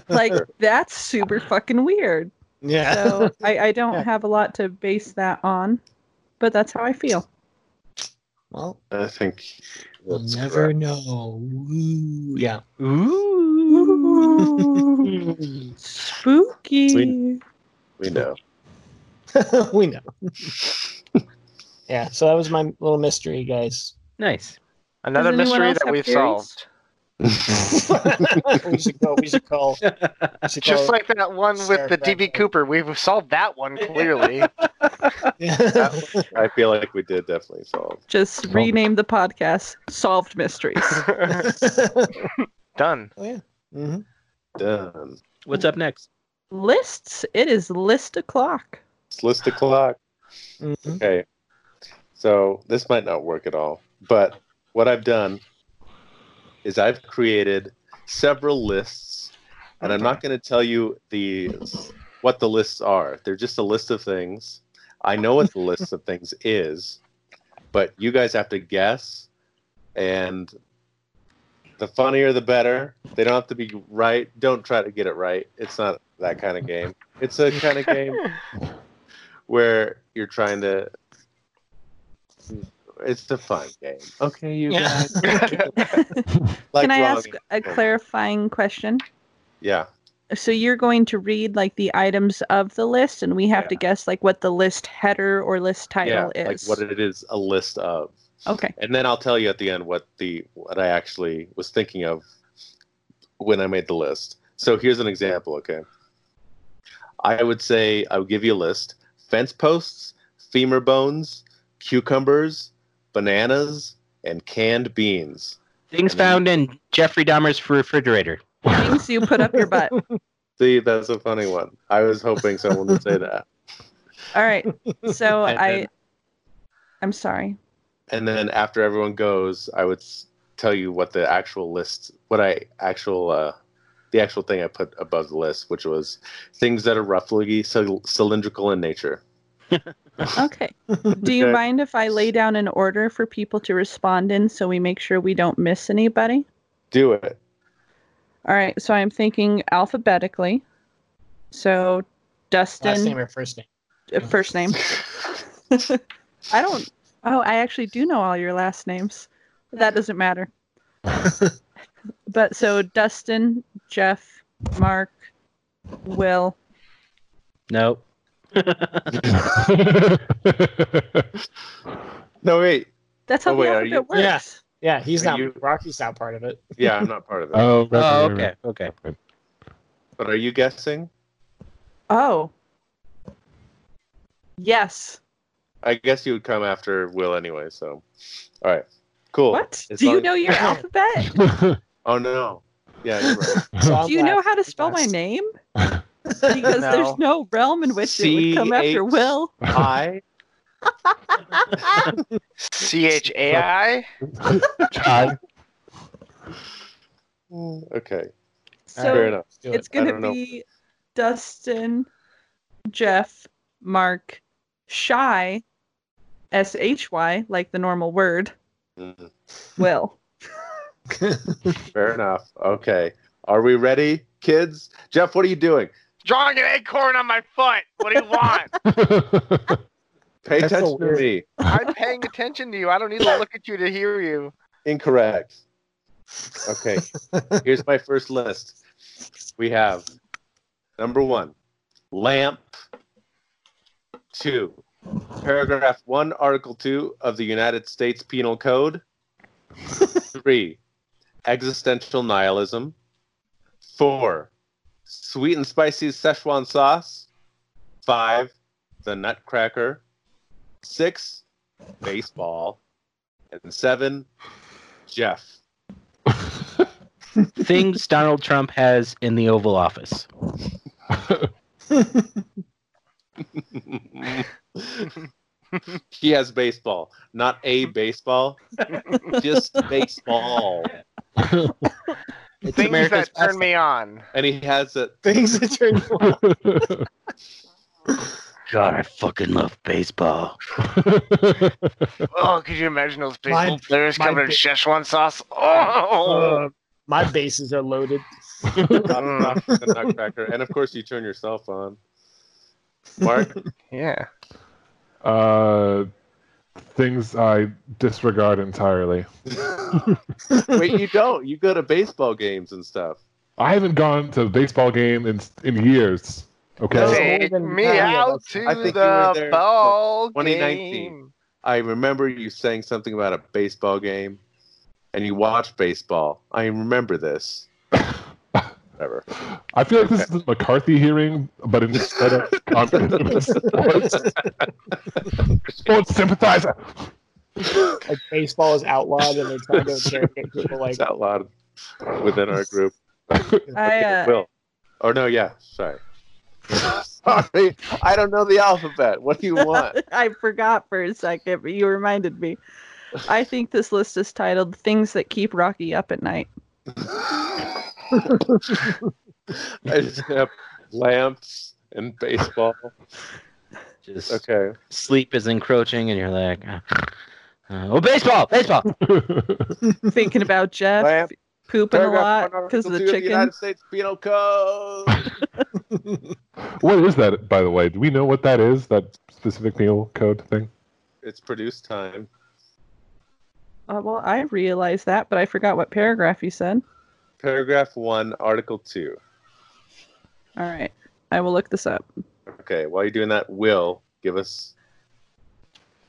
[SPEAKER 3] Like that's super fucking weird.
[SPEAKER 5] yeah.
[SPEAKER 3] So I, I don't have a lot to base that on, but that's how I feel.
[SPEAKER 6] Well,
[SPEAKER 5] I think
[SPEAKER 6] we'll
[SPEAKER 5] that's
[SPEAKER 6] never
[SPEAKER 5] correct.
[SPEAKER 6] know. Ooh, yeah.
[SPEAKER 3] Ooh, spooky.
[SPEAKER 5] Sweet. we know.
[SPEAKER 6] we know. yeah. So that was my little mystery, guys.
[SPEAKER 2] Nice.
[SPEAKER 1] Another
[SPEAKER 3] Does anyone
[SPEAKER 1] mystery
[SPEAKER 3] else
[SPEAKER 1] that
[SPEAKER 3] have
[SPEAKER 1] we've
[SPEAKER 3] theories?
[SPEAKER 1] solved.
[SPEAKER 6] we should go. We should call. We should
[SPEAKER 1] Just
[SPEAKER 6] call
[SPEAKER 1] like that one
[SPEAKER 6] Sarah
[SPEAKER 1] with the DB
[SPEAKER 6] Bradley.
[SPEAKER 1] Cooper, we've solved that one clearly.
[SPEAKER 5] I feel like we did definitely solve.
[SPEAKER 3] Just rename the podcast Solved Mysteries.
[SPEAKER 1] Done.
[SPEAKER 6] hmm
[SPEAKER 5] Done.
[SPEAKER 2] What's up next?
[SPEAKER 3] Lists. It is list o'clock.
[SPEAKER 5] It's list o'clock.
[SPEAKER 6] hmm
[SPEAKER 5] Okay. So this might not work at all, but what I've done is I've created several lists, and I'm not going to tell you the what the lists are. They're just a list of things. I know what the list of things is, but you guys have to guess, and the funnier the better. They don't have to be right. Don't try to get it right. It's not that kind of game. It's a kind of game where you're trying to. It's a fun game. Okay, you
[SPEAKER 6] Yeah.
[SPEAKER 5] guys. like
[SPEAKER 3] Can I
[SPEAKER 5] wrong-
[SPEAKER 3] ask a clarifying question?
[SPEAKER 5] Yeah.
[SPEAKER 3] So you're going to read like the items of the list, and we have
[SPEAKER 5] Yeah.
[SPEAKER 3] to guess like what the list header or list title
[SPEAKER 5] yeah,
[SPEAKER 3] is.
[SPEAKER 5] Like what it is a list of.
[SPEAKER 3] okay.
[SPEAKER 5] And then I'll tell you at the end what the what I actually was thinking of when I made the list. So here's an example, okay? I would say I would give you a list. Fence posts, femur bones, cucumbers, bananas, and canned beans.
[SPEAKER 2] Things found in Jeffrey Dahmer's refrigerator.
[SPEAKER 3] Things you put up your butt.
[SPEAKER 5] See, that's a funny one. I was hoping someone would say that.
[SPEAKER 3] All right. So
[SPEAKER 5] And
[SPEAKER 3] I.
[SPEAKER 5] then-
[SPEAKER 3] I'm sorry.
[SPEAKER 5] and then after everyone goes, I would s- tell you what the actual list, what I actual, uh, the actual thing I put above the list, which was things that are roughly cyl- cylindrical in nature.
[SPEAKER 3] Okay. Do you
[SPEAKER 5] Okay.
[SPEAKER 3] mind if I lay down an order for people to respond in so we make sure we don't miss anybody?
[SPEAKER 5] Do it.
[SPEAKER 3] All right. So I'm thinking alphabetically. So
[SPEAKER 6] Last
[SPEAKER 3] Dustin,
[SPEAKER 6] name or first name?
[SPEAKER 3] uh, first name. I don't. Oh, I actually do know all your last names. But that doesn't matter. but so Dustin, Jeff, Mark, Will,
[SPEAKER 2] No.
[SPEAKER 4] Oh,
[SPEAKER 5] No, wait.
[SPEAKER 3] That's how
[SPEAKER 5] Oh, wait,
[SPEAKER 3] the
[SPEAKER 5] are
[SPEAKER 3] alphabet
[SPEAKER 5] you-
[SPEAKER 3] works.
[SPEAKER 6] Yeah. Yeah, he's
[SPEAKER 5] Are
[SPEAKER 6] not.
[SPEAKER 5] you-
[SPEAKER 6] Rocky's not part of it.
[SPEAKER 5] Yeah, I'm not part of that.
[SPEAKER 4] oh, right,
[SPEAKER 2] Oh,
[SPEAKER 4] right,
[SPEAKER 2] okay.
[SPEAKER 4] right,
[SPEAKER 2] Okay.
[SPEAKER 4] right.
[SPEAKER 5] But are you guessing?
[SPEAKER 3] Oh. Yes.
[SPEAKER 5] I guess you would come after Will anyway. So, all right, cool.
[SPEAKER 3] What?
[SPEAKER 5] As
[SPEAKER 3] Do you
[SPEAKER 5] long-
[SPEAKER 3] know your alphabet?
[SPEAKER 5] Oh no. Yeah. You're right.
[SPEAKER 6] So I'm
[SPEAKER 3] Do you know
[SPEAKER 6] glad-
[SPEAKER 3] how to spell my
[SPEAKER 6] Yes.
[SPEAKER 3] name? Because there's no realm in which it would come after
[SPEAKER 5] CH.
[SPEAKER 3] Will.
[SPEAKER 5] I.
[SPEAKER 1] C H A I.
[SPEAKER 4] Chai.
[SPEAKER 5] Okay. Fair
[SPEAKER 3] So
[SPEAKER 5] enough.
[SPEAKER 6] Do it.
[SPEAKER 3] it's going to
[SPEAKER 5] I don't know.
[SPEAKER 3] be Dustin, Jeff, Mark, Shy, S H Y, like the normal word,
[SPEAKER 5] Mhm.
[SPEAKER 3] Will.
[SPEAKER 5] Fair enough. Okay. Are we ready, kids? Jeff, what are you doing?
[SPEAKER 1] Drawing an acorn on my foot. What do you want?
[SPEAKER 5] Pay
[SPEAKER 6] That's
[SPEAKER 5] attention
[SPEAKER 6] so
[SPEAKER 5] to
[SPEAKER 6] weird.
[SPEAKER 5] me.
[SPEAKER 1] I'm paying attention to you. I don't need to look at you to hear you.
[SPEAKER 5] Incorrect. Okay. Here's my first list. We have number one, lamp. Two, paragraph one, article two of the United States Penal Code. Three, existential nihilism. Four, sweet and spicy Szechuan sauce. Five, the nutcracker. Six, baseball. And seven, Jeff.
[SPEAKER 2] Things Donald Trump has in the Oval Office.
[SPEAKER 5] He has baseball, not a baseball, just baseball.
[SPEAKER 2] It's
[SPEAKER 1] Things
[SPEAKER 2] America's
[SPEAKER 1] that turn me on.
[SPEAKER 5] And he has it.
[SPEAKER 6] Things that turn you on.
[SPEAKER 2] God, I fucking love baseball.
[SPEAKER 1] Oh, could you imagine those baseball
[SPEAKER 6] Mine-
[SPEAKER 1] players
[SPEAKER 6] mine
[SPEAKER 1] covered in
[SPEAKER 6] ba-
[SPEAKER 1] Szechuan sauce? Oh,
[SPEAKER 6] Uh, my bases are loaded.
[SPEAKER 5] Knock, knock, the nutcracker. And of course, you turn yourself on. Mark,
[SPEAKER 1] yeah.
[SPEAKER 4] uh, things I disregard entirely.
[SPEAKER 5] wait, you don't. You go to baseball games and stuff.
[SPEAKER 4] I haven't gone to a baseball game in in years.
[SPEAKER 5] No.
[SPEAKER 4] Okay.
[SPEAKER 1] Take
[SPEAKER 6] older than
[SPEAKER 1] me
[SPEAKER 6] Harry,
[SPEAKER 1] out
[SPEAKER 6] I
[SPEAKER 1] to
[SPEAKER 5] think you were
[SPEAKER 1] the
[SPEAKER 5] there, what,
[SPEAKER 1] ball
[SPEAKER 5] 2019?
[SPEAKER 1] game.
[SPEAKER 5] I remember you saying something about a baseball game, and you watch baseball. I remember this. Whatever.
[SPEAKER 4] I feel like this is the McCarthy hearing, but instead of communism, it's sports. sports sympathizer.
[SPEAKER 6] Like baseball is outlawed, and they're trying to interrogate people. Like,
[SPEAKER 5] It's out loud within our group.
[SPEAKER 3] I, uh,
[SPEAKER 5] Will. Or Oh, no, yeah. Sorry. sorry. I don't know the alphabet. What do you want?
[SPEAKER 3] I forgot for a second, but you reminded me. I think this list is titled Things That Keep Rocky Up at Night.
[SPEAKER 5] I just have lamps and baseball.
[SPEAKER 2] Just
[SPEAKER 5] Okay.
[SPEAKER 2] sleep is encroaching, and you're like, uh, uh, oh, baseball, baseball.
[SPEAKER 3] Thinking about Jeff
[SPEAKER 5] Lamp.
[SPEAKER 3] pooping a
[SPEAKER 5] Paragraph
[SPEAKER 3] lot
[SPEAKER 5] one, Article
[SPEAKER 3] because of the
[SPEAKER 5] two
[SPEAKER 3] chicken.
[SPEAKER 5] United States Penal Code.
[SPEAKER 4] What is that, by the way? Do we know what that is? That specific penal code thing?
[SPEAKER 5] it's produced time.
[SPEAKER 3] Uh, well, I realized that, but I forgot what paragraph you said.
[SPEAKER 5] Paragraph one, Article two.
[SPEAKER 3] All right. I will look this up.
[SPEAKER 5] Okay. While you're doing that, Will give us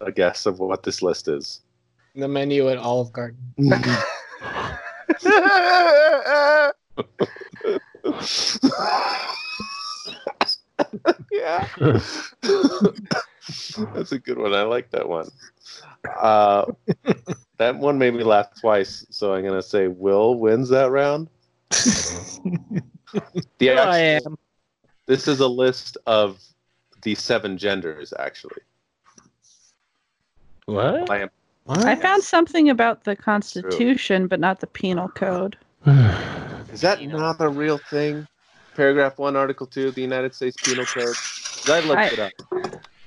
[SPEAKER 5] a guess of what this list is.
[SPEAKER 6] the menu at Olive Garden.
[SPEAKER 5] yeah. That's a good one. I like that one. Uh, that one made me laugh twice, so I'm gonna say Will wins that round. The
[SPEAKER 2] Here I
[SPEAKER 5] actual-
[SPEAKER 2] am.
[SPEAKER 5] This is a list of the seven genders, actually.
[SPEAKER 2] What?
[SPEAKER 5] Lamp.
[SPEAKER 3] I
[SPEAKER 6] What?
[SPEAKER 3] found something about the Constitution, but not the penal code.
[SPEAKER 5] Is that not a real thing? Paragraph one, Article two of the United States Penal Code. 'Cause I looked
[SPEAKER 3] I-
[SPEAKER 5] it up.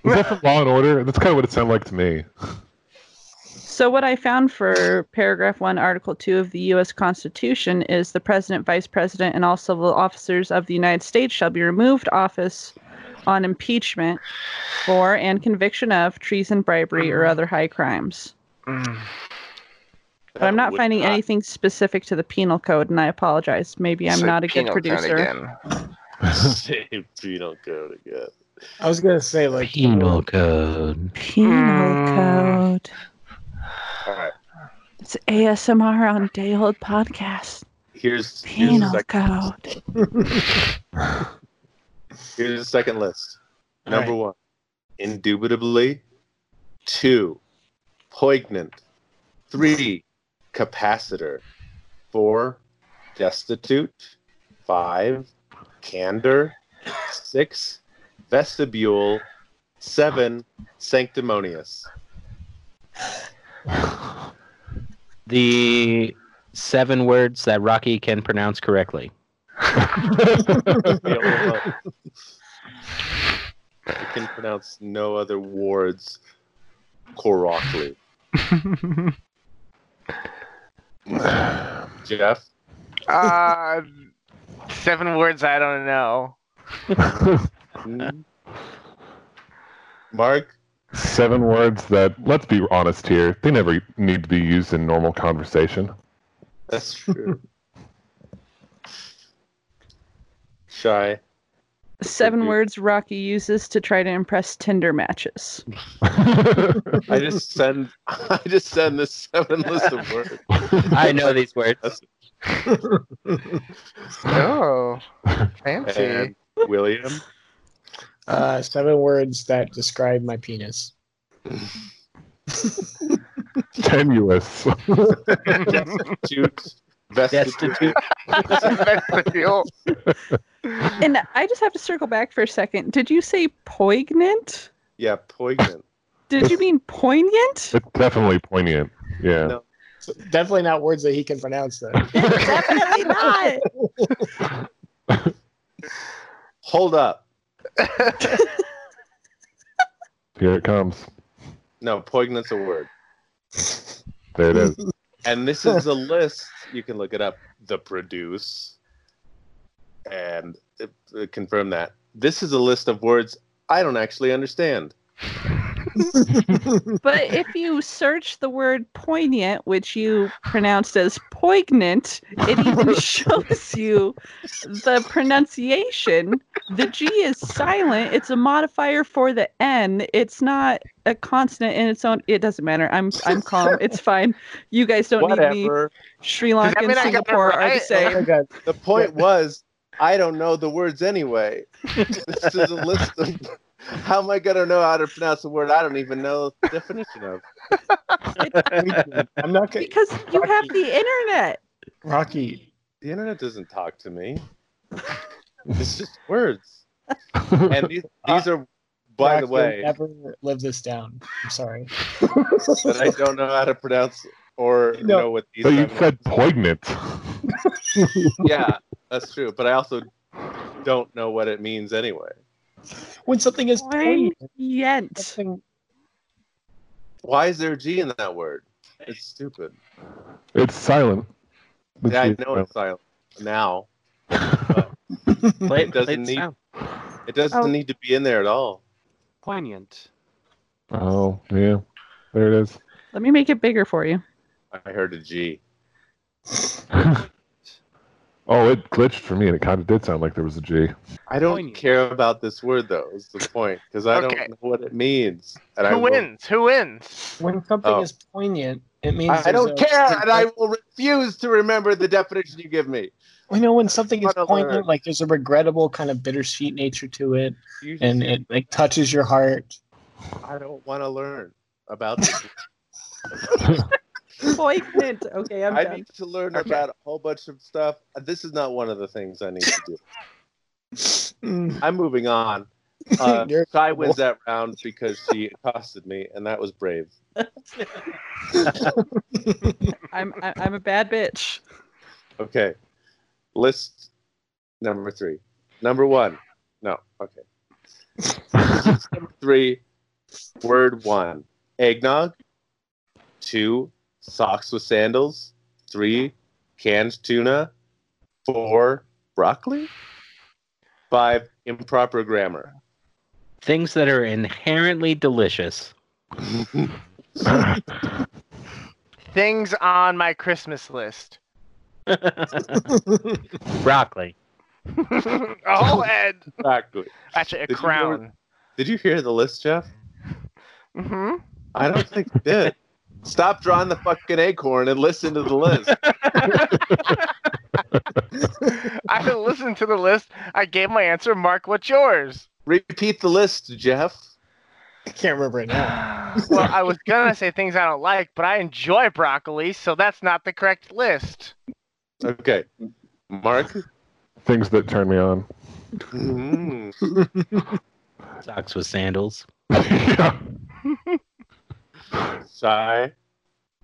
[SPEAKER 4] Is that from Law and Order? That's kind of what it sounded like to me.
[SPEAKER 3] So, what I found for paragraph one, article two of the U.S. Constitution is the president, vice president, and all civil officers of the United States shall be removed office on impeachment for and conviction of treason, bribery, or other high crimes.
[SPEAKER 1] Mm.
[SPEAKER 3] But I'm not
[SPEAKER 5] Would
[SPEAKER 3] finding
[SPEAKER 5] not-
[SPEAKER 3] anything specific to the penal code, and I apologize. Maybe I'm
[SPEAKER 1] So
[SPEAKER 3] not a good
[SPEAKER 1] penal code
[SPEAKER 3] producer.
[SPEAKER 1] again.
[SPEAKER 5] Same Penal Code again.
[SPEAKER 6] I was gonna say like
[SPEAKER 2] Penal code.
[SPEAKER 3] Penal
[SPEAKER 1] Mm.
[SPEAKER 3] code.
[SPEAKER 5] All right.
[SPEAKER 3] It's ASMR on Day Old Podcast.
[SPEAKER 5] Here's here's the,
[SPEAKER 3] Penal
[SPEAKER 5] sec-
[SPEAKER 3] code.
[SPEAKER 5] here's the second list.
[SPEAKER 6] All
[SPEAKER 5] Number one, indubitably. Two, poignant. Three, capacitor. Four, destitute. Five, candor. Six, vestibule. Seven, sanctimonious.
[SPEAKER 2] The seven words that Rocky can pronounce correctly.
[SPEAKER 5] Yeah, well, uh, I can pronounce no other words correctly. Jeff,
[SPEAKER 1] Uh, seven words I don't know.
[SPEAKER 5] Hmm? Mark,
[SPEAKER 4] Seven words that, let's be honest here, they never need to be used in normal conversation.
[SPEAKER 5] that's true. Shy,
[SPEAKER 3] Seven
[SPEAKER 5] Mhm.
[SPEAKER 3] words Rocky uses to try to impress Tinder matches.
[SPEAKER 5] I just send, I just send this seven list of words.
[SPEAKER 2] I know these words.
[SPEAKER 1] Oh, fancy.
[SPEAKER 5] And William,
[SPEAKER 6] uh, seven words that describe my penis.
[SPEAKER 4] Tenuous.
[SPEAKER 5] Jute, Vestibule.
[SPEAKER 2] Destitute.
[SPEAKER 1] Vestibule.
[SPEAKER 3] And I just have to circle back for a second. Did you say poignant?
[SPEAKER 5] Yeah, poignant.
[SPEAKER 3] Did you mean poignant?
[SPEAKER 4] It's definitely poignant. Yeah.
[SPEAKER 5] No.
[SPEAKER 6] So definitely not words that he can pronounce. Though.
[SPEAKER 3] Definitely not.
[SPEAKER 5] Hold up.
[SPEAKER 4] Here it comes.
[SPEAKER 5] No, poignant's a word.
[SPEAKER 4] There it is.
[SPEAKER 5] And this is a list. You can look it up. The produce. And uh, uh, confirm that. This is a list of words I don't actually understand.
[SPEAKER 3] But if you search the word poignant, which you pronounced as poignant, it even shows you the pronunciation. The G is silent. It's a modifier for the N. It's not a consonant in its own. It doesn't matter. I'm I'm calm. It's fine. You guys don't need me.
[SPEAKER 5] Whatever.
[SPEAKER 3] Sri
[SPEAKER 1] that
[SPEAKER 3] Lanka and
[SPEAKER 1] mean I got it
[SPEAKER 3] Singapore are the
[SPEAKER 1] right?
[SPEAKER 6] Oh my
[SPEAKER 3] same.
[SPEAKER 6] God.
[SPEAKER 5] The point was, I don't know the words anyway. this is a list of. How am I gonna know how to pronounce a word I don't even know the definition of?
[SPEAKER 6] I'm not gonna,
[SPEAKER 3] Because you have the internet.
[SPEAKER 6] Rocky.
[SPEAKER 5] The internet doesn't talk to me. It's just words. And these, these are, by the
[SPEAKER 6] Rocky,
[SPEAKER 5] way,
[SPEAKER 6] never live this down. I'm sorry.
[SPEAKER 5] that I don't know how to pronounce or
[SPEAKER 6] No.
[SPEAKER 5] know what these
[SPEAKER 4] So you
[SPEAKER 5] are.
[SPEAKER 4] said poignant.
[SPEAKER 5] Yeah, that's true. But I also don't know what it means anyway.
[SPEAKER 6] when something is poignant,
[SPEAKER 3] Poignant.
[SPEAKER 6] something-
[SPEAKER 5] Why is there a G in that word? It's stupid.
[SPEAKER 4] It's silent.
[SPEAKER 5] Yeah, I know it's silent now.
[SPEAKER 2] Play,
[SPEAKER 5] It doesn't
[SPEAKER 2] play the
[SPEAKER 5] need-
[SPEAKER 2] sound.
[SPEAKER 5] It doesn't
[SPEAKER 3] Oh.
[SPEAKER 5] need to be in there at all.
[SPEAKER 2] Poignant.
[SPEAKER 4] Oh, yeah. There it is.
[SPEAKER 3] Let me make it bigger for you.
[SPEAKER 5] I heard a G.
[SPEAKER 4] Oh, it glitched for me, and it kind of did sound like there was a G.
[SPEAKER 5] I don't
[SPEAKER 2] Poignant.
[SPEAKER 5] care about this word though. Is the point because I
[SPEAKER 1] Okay.
[SPEAKER 5] don't know what it means, and I
[SPEAKER 1] Who
[SPEAKER 5] will-
[SPEAKER 1] wins? Who wins?
[SPEAKER 6] when something
[SPEAKER 5] Oh.
[SPEAKER 6] is poignant, it means
[SPEAKER 5] I, I don't
[SPEAKER 6] there's a-
[SPEAKER 5] care, and I will refuse to remember the definition you give me.
[SPEAKER 6] You know, when something is
[SPEAKER 5] Not a
[SPEAKER 6] poignant,
[SPEAKER 5] word.
[SPEAKER 6] like there's a regrettable kind of bittersweet nature to it,
[SPEAKER 5] You
[SPEAKER 6] and it like touches your heart.
[SPEAKER 5] I don't want to learn about this.
[SPEAKER 3] Poignant. Okay, I'm
[SPEAKER 5] I
[SPEAKER 3] done.
[SPEAKER 5] need to learn
[SPEAKER 1] Okay.
[SPEAKER 5] about a whole bunch of stuff. This is not one of the things I need to do.
[SPEAKER 6] Mm,
[SPEAKER 5] I'm moving on. Uh,
[SPEAKER 6] You're-
[SPEAKER 5] Shy wins that round because she accosted me, and that was brave.
[SPEAKER 3] I'm I- I'm a bad bitch.
[SPEAKER 5] Okay. List number three. Number one. No. Okay. number three. Word one. Eggnog. Two. Socks with sandals. Three. Canned tuna. Four. Broccoli. Five. Improper grammar.
[SPEAKER 2] Things that are inherently delicious.
[SPEAKER 1] Things on my Christmas list.
[SPEAKER 2] Broccoli.
[SPEAKER 1] oh, Ed.
[SPEAKER 5] Broccoli.
[SPEAKER 1] Actually, a
[SPEAKER 5] Did you
[SPEAKER 1] crown.
[SPEAKER 5] Did you hear the list, Jeff?
[SPEAKER 1] hmm
[SPEAKER 5] I don't think you did. Stop drawing the fucking acorn and listen to the list.
[SPEAKER 1] I listened to the list. I gave my answer. Mark, what's yours?
[SPEAKER 5] Repeat the list, Jeff.
[SPEAKER 6] I can't remember it now.
[SPEAKER 1] well, I was gonna say things I don't like, but I enjoy broccoli, so that's not the correct list.
[SPEAKER 5] Okay. Mark?
[SPEAKER 4] Things that turn me on.
[SPEAKER 5] Mm.
[SPEAKER 2] Socks with sandals.
[SPEAKER 4] yeah.
[SPEAKER 5] Shy?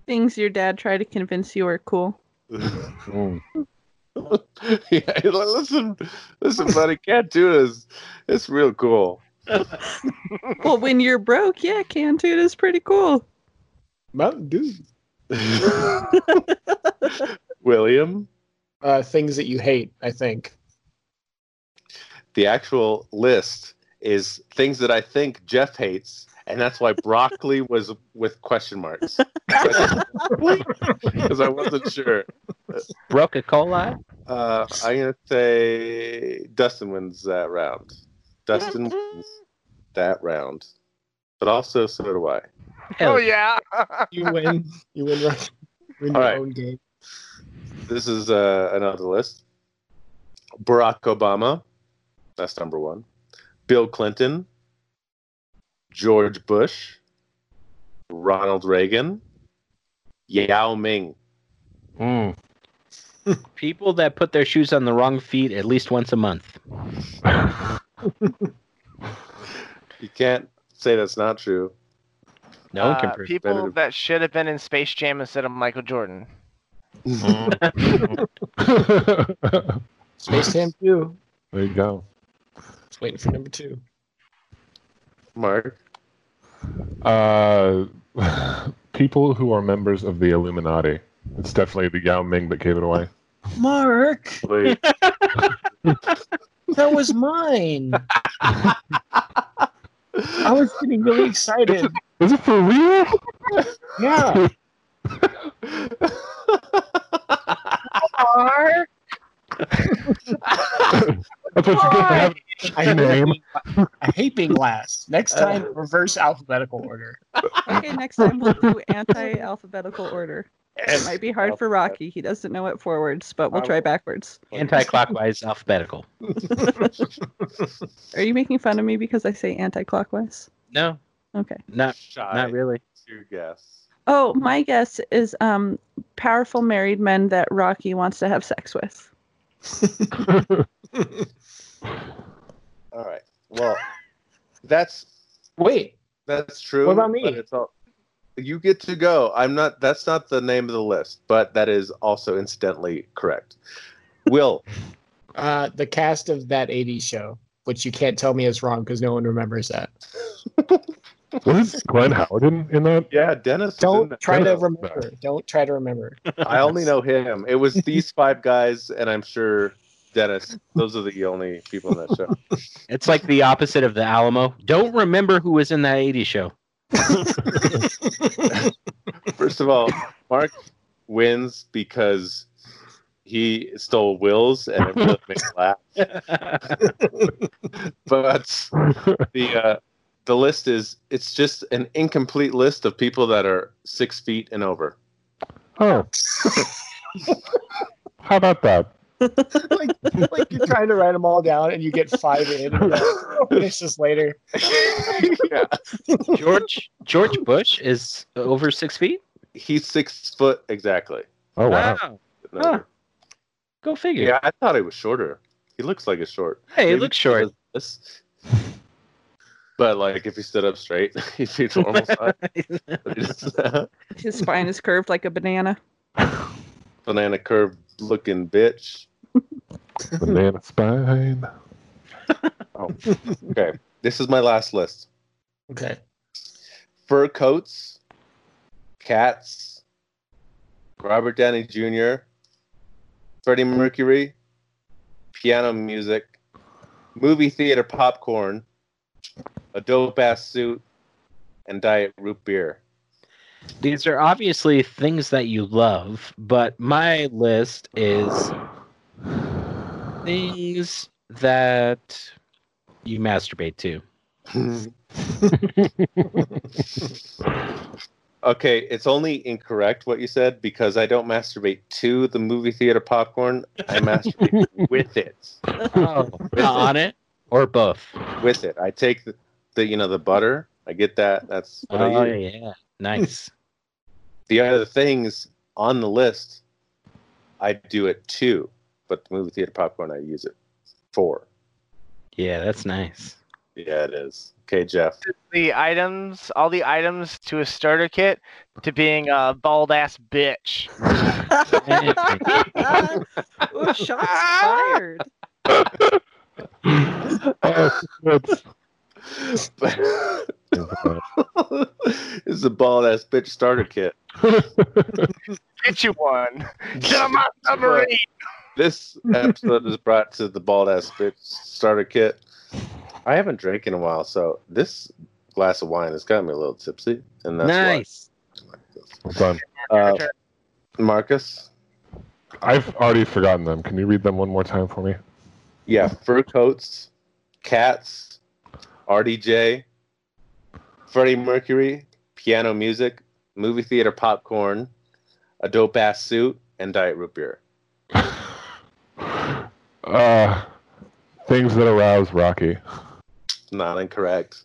[SPEAKER 3] Things your dad tried to convince you are cool.
[SPEAKER 4] Mm.
[SPEAKER 5] yeah, listen, listen, buddy. Cat tuna is it's real cool.
[SPEAKER 3] Well, when you're broke, yeah, canned tuna is pretty cool.
[SPEAKER 6] Mountain Dew.
[SPEAKER 5] William?
[SPEAKER 6] Uh, things that you hate, I think.
[SPEAKER 5] The actual list is things that I think Jeff hates, and that's why broccoli was with question marks. Because I wasn't sure.
[SPEAKER 2] Broca Cola.
[SPEAKER 5] Uh, I'm gonna say Dustin wins that round. Dustin wins that round, but also so do I.
[SPEAKER 1] Oh
[SPEAKER 2] Hell
[SPEAKER 1] yeah.
[SPEAKER 6] You win. You win. Rocky. Win
[SPEAKER 5] All
[SPEAKER 6] your
[SPEAKER 5] right.
[SPEAKER 6] own game.
[SPEAKER 5] This is uh, another list. Barack Obama, that's number one. Bill Clinton, George Bush, Ronald Reagan, Yao Ming.
[SPEAKER 4] Mm.
[SPEAKER 2] People that put their shoes on the wrong feet at least once a month.
[SPEAKER 5] You can't say that's not true.
[SPEAKER 2] No one can
[SPEAKER 1] Uh,
[SPEAKER 2] prove.
[SPEAKER 1] people
[SPEAKER 5] better.
[SPEAKER 1] that should have been in Space Jam instead of Michael Jordan.
[SPEAKER 4] mm.
[SPEAKER 6] Space Jam 2.
[SPEAKER 4] there you go.
[SPEAKER 6] Just waiting for number two.
[SPEAKER 5] Mark.
[SPEAKER 4] Uh, people who are members of the Illuminati. It's definitely the Yao Ming that gave it away.
[SPEAKER 6] Mark,
[SPEAKER 5] Wait.
[SPEAKER 6] that was mine. I was getting really excited.
[SPEAKER 4] Is it for real?
[SPEAKER 6] Yeah.
[SPEAKER 3] Mark.
[SPEAKER 4] That's what you get for having
[SPEAKER 6] I hate, being, I hate being last. Next time, reverse alphabetical order.
[SPEAKER 3] Okay, next time we'll do anti-alphabetical order.
[SPEAKER 5] Uh,
[SPEAKER 3] It might be hard for Rocky. He doesn't know it forwards, but we'll try backwards.
[SPEAKER 2] Anti-clockwise alphabetical.
[SPEAKER 3] Are you making fun of me because I say anti-clockwise?
[SPEAKER 2] No,
[SPEAKER 3] Okay.
[SPEAKER 2] not
[SPEAKER 5] Shy
[SPEAKER 2] not really.
[SPEAKER 5] to guess.
[SPEAKER 3] Oh, my guess is um powerful married men that Rocky wants to have sex with.
[SPEAKER 5] All right. Well, that's
[SPEAKER 6] Wait,
[SPEAKER 5] that's true.
[SPEAKER 6] What about me?
[SPEAKER 5] but it's all- you get to go. I'm not. That's not the name of the list, but that is also incidentally correct. Will.
[SPEAKER 6] uh, the cast of that 80s show, which you can't tell me is wrong because no one remembers that.
[SPEAKER 4] was Glenn Howard in, in that?
[SPEAKER 5] yeah, Dennis. is in
[SPEAKER 6] Don't
[SPEAKER 5] that.
[SPEAKER 6] try to
[SPEAKER 4] Dennis.
[SPEAKER 6] remember. Don't try to remember.
[SPEAKER 5] I only know him. It was these five guys, and I'm sure Dennis. Those are the only people in that show.
[SPEAKER 2] It's like the opposite of the Alamo. Don't remember who was in that '80s show.
[SPEAKER 5] First of all, Mark wins because he stole Will's and it really made me laugh. But the uh, the list is it's just an incomplete list of people that are six feet and over.
[SPEAKER 4] Oh. How about that?
[SPEAKER 6] like, like you're trying to write them all down and you get five in. and you're like, "I'll Finish this later.
[SPEAKER 5] yeah.
[SPEAKER 2] George George Bush is over six feet.
[SPEAKER 5] He's six foot exactly.
[SPEAKER 4] Oh, wow.
[SPEAKER 5] and over.
[SPEAKER 2] Huh. Go figure.
[SPEAKER 5] Yeah, I thought he was shorter. He looks like a short.
[SPEAKER 2] Hey, it
[SPEAKER 5] Maybe
[SPEAKER 2] looks short.
[SPEAKER 5] this. But like, if he stood up straight, he'd be normal size. But uh, he doesn't.
[SPEAKER 3] His spine is curved like a banana.
[SPEAKER 5] Banana curve looking bitch.
[SPEAKER 4] Banana spine.
[SPEAKER 5] Okay, this is my last list:
[SPEAKER 6] Okay.
[SPEAKER 5] fur coats, cats, Robert Downey Jr., Freddie Mercury, piano music, movie theater popcorn, a dope ass suit, and diet root beer.
[SPEAKER 2] These are obviously things that you love, but my list is things that you masturbate to.
[SPEAKER 5] okay, it's only incorrect what you said because I don't masturbate to the movie theater popcorn. I masturbate with it.
[SPEAKER 2] Oh, on it or both.
[SPEAKER 5] With it, I take the, the you know the butter. I get that. That's what
[SPEAKER 2] Oh
[SPEAKER 5] I use.
[SPEAKER 2] yeah, nice.
[SPEAKER 5] The other things on the list, I do it too. But the movie theater popcorn, I use it for.
[SPEAKER 2] Yeah, that's nice.
[SPEAKER 5] Yeah, it is. Okay, Jeff.
[SPEAKER 1] The items, all the items to a starter kit, to being a bald ass bitch.
[SPEAKER 3] Ooh, shots fired.
[SPEAKER 4] Oh, that's-
[SPEAKER 5] it's a bald ass bitch starter kit.
[SPEAKER 1] Get you one. Get on my submarine.
[SPEAKER 5] This episode is brought to the bald ass bitch starter kit. I haven't drank in a while, so this glass of wine has got me a little tipsy, and that's
[SPEAKER 2] nice.
[SPEAKER 4] well done.
[SPEAKER 5] why. Uh, Marcus,
[SPEAKER 4] I've already forgotten them. Can you read them one more time for me?
[SPEAKER 5] yeah, fur coats, cats, RDJ, Freddie Mercury, piano music, movie theater popcorn, a dope ass suit, and diet root beer.
[SPEAKER 4] Uh, things that arouse Rocky.
[SPEAKER 5] Not incorrect.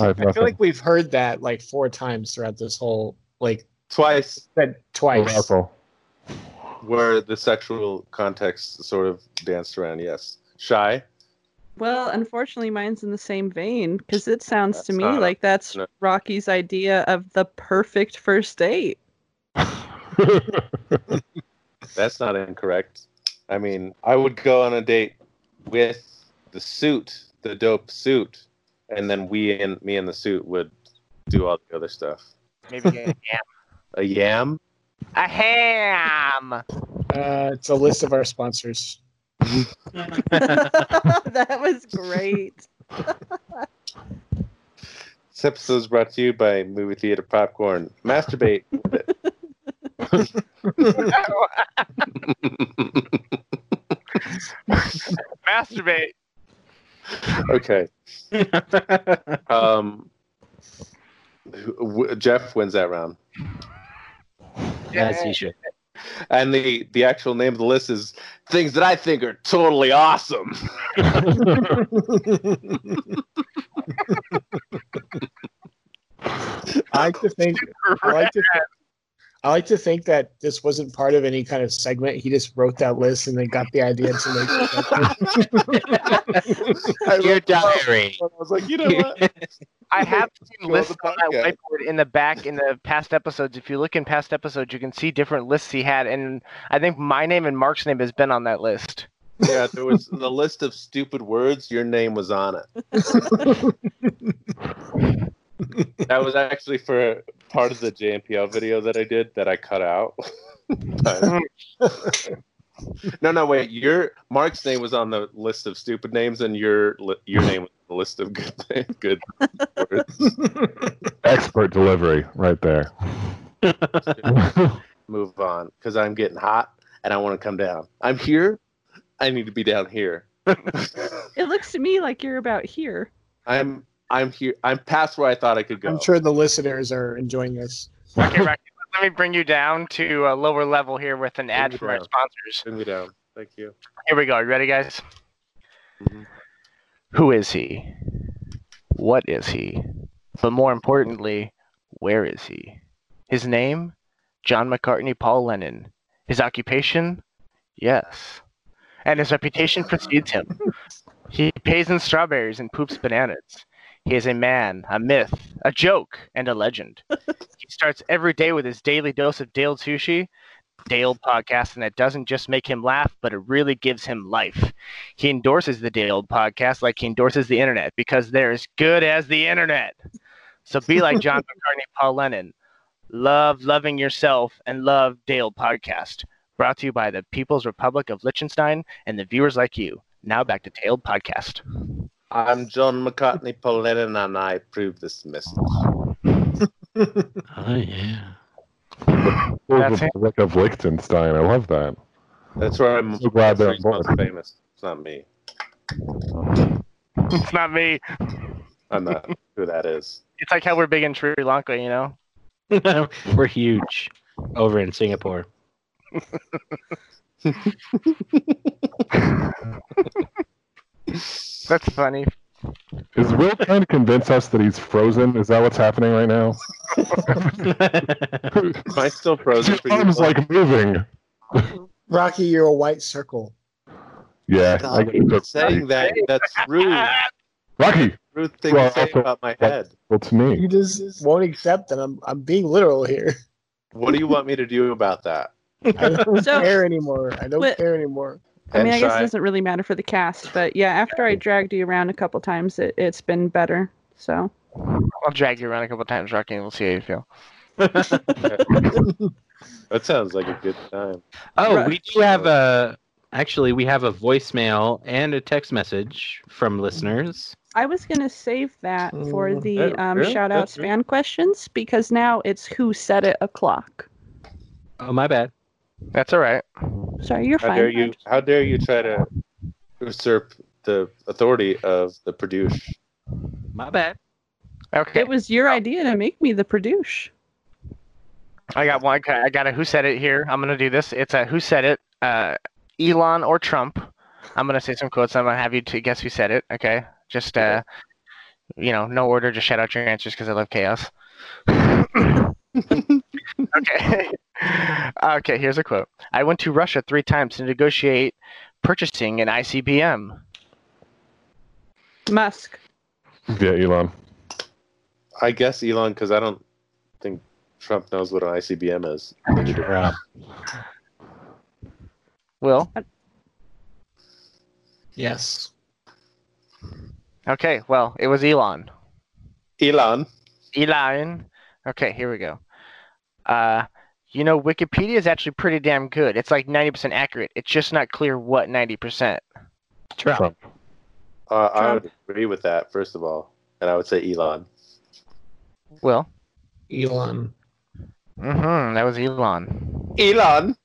[SPEAKER 4] I have
[SPEAKER 6] I feel
[SPEAKER 4] nothing.
[SPEAKER 6] like we've heard that like four times throughout this whole like
[SPEAKER 5] Twice
[SPEAKER 6] said twice.
[SPEAKER 4] Arousal.
[SPEAKER 5] where the sexual context sort of danced around. Yes, shy.
[SPEAKER 3] Well, unfortunately, mine's in the same vein because it sounds to
[SPEAKER 5] That's
[SPEAKER 3] me
[SPEAKER 5] not-
[SPEAKER 3] like that's
[SPEAKER 5] no.
[SPEAKER 3] Rocky's idea of the perfect first date.
[SPEAKER 5] That's not incorrect. I mean, I would go on a date with the suit, the dope suit, and then we and me and the suit would do all the other stuff.
[SPEAKER 1] Maybe get a ham.
[SPEAKER 5] A yam?
[SPEAKER 1] A ham.
[SPEAKER 6] Uh, it's a list of our sponsors.
[SPEAKER 3] that was great.
[SPEAKER 5] This episode is brought to you by Movie Theater Popcorn. Masturbate. with it.
[SPEAKER 1] Masturbate.
[SPEAKER 5] okay. Um, who- w- Jeff wins that round.
[SPEAKER 2] As he should.
[SPEAKER 5] And the, the actual name of the list is Things That I Think Are Totally Awesome.
[SPEAKER 6] I like to think I like to I like to think that this wasn't part of any kind of segment. He just wrote that list and then got the idea to make
[SPEAKER 5] I
[SPEAKER 2] Your
[SPEAKER 5] wrote that
[SPEAKER 2] diary.
[SPEAKER 5] down. I was like, you know what?
[SPEAKER 1] I have seen
[SPEAKER 5] Well,
[SPEAKER 1] lists
[SPEAKER 5] the
[SPEAKER 1] on that
[SPEAKER 5] podcast.
[SPEAKER 1] whiteboard in the back in the past episodes. If you look in past episodes, you can see different lists he had, and I think my name and Mark's name has been on that list.
[SPEAKER 5] Yeah, there was the list of stupid words. Your name was on it. that was actually for part of the JMPL video that I did that I cut out. But- no, no, wait. Your Mark's name was on the list of stupid names, and your li- your name was on the list of good good words.
[SPEAKER 4] Expert delivery right there.
[SPEAKER 5] Move on, because I'm getting hot and I want to come down. I'm here. I need to be down here.
[SPEAKER 3] It looks to me like you're about here.
[SPEAKER 5] I'm I'm here. I'm past where I thought I could go.
[SPEAKER 6] I'm sure the listeners are enjoying this.
[SPEAKER 1] Okay, Rocky, let me bring you down to a lower level here with an ad
[SPEAKER 5] me
[SPEAKER 1] from our
[SPEAKER 5] down.
[SPEAKER 1] sponsors.
[SPEAKER 5] Bring me down. Thank you.
[SPEAKER 1] Here we go. You ready, guys?
[SPEAKER 5] Mhm.
[SPEAKER 1] Who is he? What is he? But more importantly, where is he? His name? John McCartney, Paul Lennon. His occupation? Yes. And his reputation precedes him. He pays in strawberries and poops bananas. He is a man, a myth, a joke, and a legend. he starts every day with his daily dose of Dale sushi, Dale podcast, and that doesn't just make him laugh, but it really gives him life. He endorses the Dale podcast like he endorses the internet because they're as good as the internet. So be like John McCartney, Paul Lennon. Love loving yourself and love Dale podcast. Brought to you by the People's Republic of Liechtenstein and the viewers like you. Now back to Dale podcast.
[SPEAKER 5] I'm John McCartney Polinen, and I approve this message.
[SPEAKER 2] Oh yeah.
[SPEAKER 1] That's it.
[SPEAKER 4] Republic of Liechtenstein. I love that.
[SPEAKER 5] That's where I'm
[SPEAKER 4] So glad they're
[SPEAKER 5] that's where
[SPEAKER 4] on
[SPEAKER 5] he's
[SPEAKER 4] board.
[SPEAKER 5] most famous. It's not me.
[SPEAKER 1] It's not me.
[SPEAKER 5] I'm not who that is.
[SPEAKER 1] It's like how we're big in Sri Lanka, you know?
[SPEAKER 2] We're huge over in Singapore.
[SPEAKER 1] That's funny.
[SPEAKER 4] Is Will trying to convince us that he's frozen? Is that what's happening right now?
[SPEAKER 5] Am I still frozen
[SPEAKER 4] His
[SPEAKER 5] for you?
[SPEAKER 4] arm's like moving.
[SPEAKER 6] Rocky, you're a white circle.
[SPEAKER 4] Yeah. I
[SPEAKER 5] Stop
[SPEAKER 4] get it.
[SPEAKER 5] saying that. That's rude.
[SPEAKER 4] Rocky,
[SPEAKER 5] Rude thing to
[SPEAKER 4] Well,
[SPEAKER 5] say
[SPEAKER 4] also-
[SPEAKER 5] about my head.
[SPEAKER 4] what's me?
[SPEAKER 6] You just won't accept that I'm I'm being literal here.
[SPEAKER 5] What do you want me to do about that?
[SPEAKER 6] I don't
[SPEAKER 3] So-
[SPEAKER 6] care anymore. I don't
[SPEAKER 3] Wait.
[SPEAKER 6] care anymore.
[SPEAKER 3] I mean, I guess it
[SPEAKER 5] Hentai?
[SPEAKER 3] doesn't really matter for the cast, but yeah, after I dragged you around a couple times, it, it's been better. So
[SPEAKER 1] I'll drag you around a couple times, Rocky, and we'll see how you feel.
[SPEAKER 5] that sounds like a good time.
[SPEAKER 2] Oh,
[SPEAKER 3] Right.
[SPEAKER 2] we do have a. Actually, we have a voicemail and a text message from listeners.
[SPEAKER 3] I was gonna save that for
[SPEAKER 6] Mm,
[SPEAKER 3] the
[SPEAKER 5] yeah,
[SPEAKER 3] um,
[SPEAKER 5] yeah,
[SPEAKER 3] shout out
[SPEAKER 5] that's good.
[SPEAKER 3] span questions because now it's who said it o'clock.
[SPEAKER 2] Oh, my bad.
[SPEAKER 1] That's all right.
[SPEAKER 3] Sorry, you're
[SPEAKER 5] How
[SPEAKER 3] fine.
[SPEAKER 5] dare you? How dare you try to usurp the authority of the produce?
[SPEAKER 2] My bad.
[SPEAKER 1] Okay.
[SPEAKER 3] It was your idea to make me the produce.
[SPEAKER 1] I got one. I got a who said it here. I'm gonna do this. It's a who said it. Uh, Elon or Trump. I'm gonna say some quotes. I'm gonna have you to guess who said it. Okay. Just uh, you know, no order. Just shout out your answers because I love chaos. okay. okay. Here's a quote. I went to Russia three times to negotiate purchasing an ICBM.
[SPEAKER 3] Musk.
[SPEAKER 4] Yeah, Elon.
[SPEAKER 5] I guess Elon, because I don't think Trump knows what an ICBM is.
[SPEAKER 2] Trump.
[SPEAKER 1] Will.
[SPEAKER 6] Yes.
[SPEAKER 1] Okay, well, it was Elon.
[SPEAKER 5] Elon,
[SPEAKER 1] Elon. Okay, here we go. Uh, you know, Wikipedia is actually pretty damn good. It's like 90% accurate. It's just not clear what 90%.
[SPEAKER 2] Trump.
[SPEAKER 4] Trump.
[SPEAKER 5] uh, I would agree with that first of all, and I would say Elon.
[SPEAKER 1] Will.
[SPEAKER 6] Elon.
[SPEAKER 1] Mm-hmm. That was Elon.
[SPEAKER 5] Elon,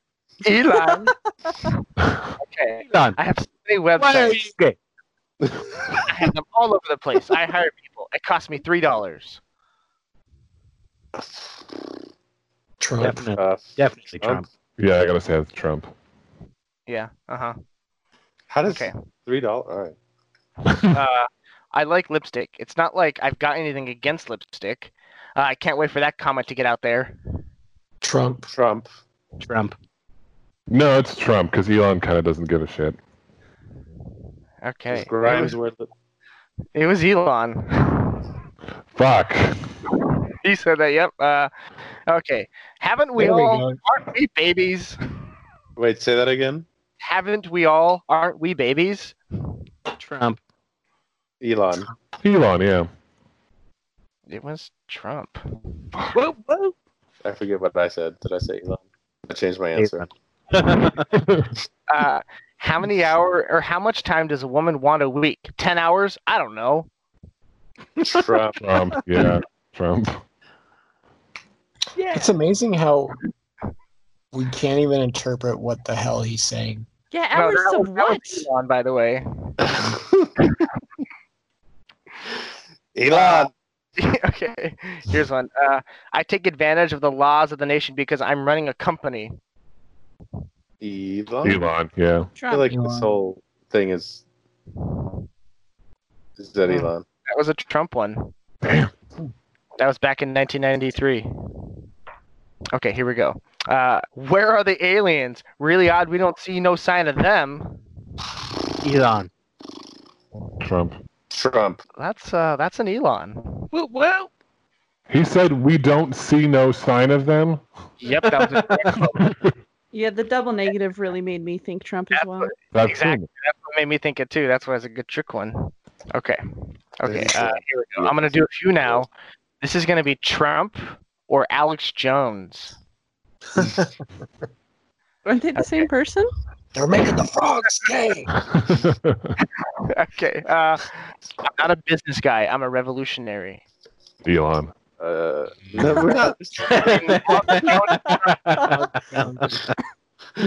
[SPEAKER 1] Elon. okay.
[SPEAKER 2] Elon,
[SPEAKER 1] I have so many
[SPEAKER 2] why are you
[SPEAKER 1] websites.
[SPEAKER 2] gay?
[SPEAKER 1] I have them all over the place. I hire people. It cost me three dollars.
[SPEAKER 6] Trump.
[SPEAKER 2] Definitely,
[SPEAKER 5] uh,
[SPEAKER 2] definitely Trump.
[SPEAKER 4] Yeah, I gotta say that's Trump.
[SPEAKER 1] Yeah. Uh-huh.
[SPEAKER 5] how does
[SPEAKER 1] Okay.
[SPEAKER 5] three dollars? All right,
[SPEAKER 1] Uh, I like lipstick. It's not like I've got anything against lipstick. Uh, I can't wait for that comment to get out there.
[SPEAKER 6] Trump.
[SPEAKER 5] Trump.
[SPEAKER 2] Trump.
[SPEAKER 4] No, it's Trump because Elon kind of doesn't give a shit.
[SPEAKER 1] Okay. It
[SPEAKER 5] Grimes
[SPEAKER 1] was,
[SPEAKER 5] worth it.
[SPEAKER 1] it was Elon.
[SPEAKER 4] Fuck.
[SPEAKER 1] He said that. Yep. Uh, okay. Haven't we
[SPEAKER 6] There we
[SPEAKER 1] all?
[SPEAKER 6] go.
[SPEAKER 1] aren't we babies?
[SPEAKER 5] Wait, say that again.
[SPEAKER 1] Haven't we all? Aren't we babies?
[SPEAKER 2] Trump.
[SPEAKER 5] Elon.
[SPEAKER 4] Elon, yeah.
[SPEAKER 1] It was Trump.
[SPEAKER 2] Whoa, whoa.
[SPEAKER 5] I forget what I said. Did I say Elon? I changed my answer.
[SPEAKER 1] Uh, how many hour or how much time does a woman want a week? Ten hours? I don't know.
[SPEAKER 5] Trump.
[SPEAKER 4] Trump. Yeah. Trump.
[SPEAKER 3] Yeah.
[SPEAKER 6] It's amazing how we can't even interpret what the hell he's saying.
[SPEAKER 3] Yeah,
[SPEAKER 1] No,
[SPEAKER 3] hours
[SPEAKER 1] that was-
[SPEAKER 3] of
[SPEAKER 1] that
[SPEAKER 3] what?
[SPEAKER 1] was Elon, by the way.
[SPEAKER 5] Elon.
[SPEAKER 1] okay. Here's one. Uh, I take advantage of the laws of the nation because I'm running a company.
[SPEAKER 5] Elon.
[SPEAKER 4] Elon. Yeah.
[SPEAKER 5] I
[SPEAKER 3] Trump.
[SPEAKER 5] feel like this
[SPEAKER 6] Elon.
[SPEAKER 5] whole thing is is that
[SPEAKER 1] Hmm.
[SPEAKER 5] Elon.
[SPEAKER 1] That was a Trump one. That was back in 1993. Okay, here we go. Uh, where are the aliens? Really odd. We don't see no sign of them.
[SPEAKER 2] Elon.
[SPEAKER 4] Trump.
[SPEAKER 5] Trump.
[SPEAKER 1] That's uh, that's an Elon.
[SPEAKER 2] Whoa, whoa.
[SPEAKER 4] He said we don't see no sign of them.
[SPEAKER 1] Yep, that was a Trump one.
[SPEAKER 3] Yeah, the double negative really made me think Trump as well.
[SPEAKER 4] That's
[SPEAKER 1] Exactly. That's what made me think it too. That's why it's a good trick one. Okay. Okay.
[SPEAKER 5] There's,
[SPEAKER 1] Uh,
[SPEAKER 5] uh,
[SPEAKER 1] here we go. I'm gonna do a few now. This is gonna be Trump or Alex Jones.
[SPEAKER 3] Aren't they the same person?
[SPEAKER 6] They're making the frogs gay.
[SPEAKER 1] okay. Uh, I'm not a business guy. I'm a revolutionary.
[SPEAKER 4] Elon.
[SPEAKER 5] Uh, no, we're not.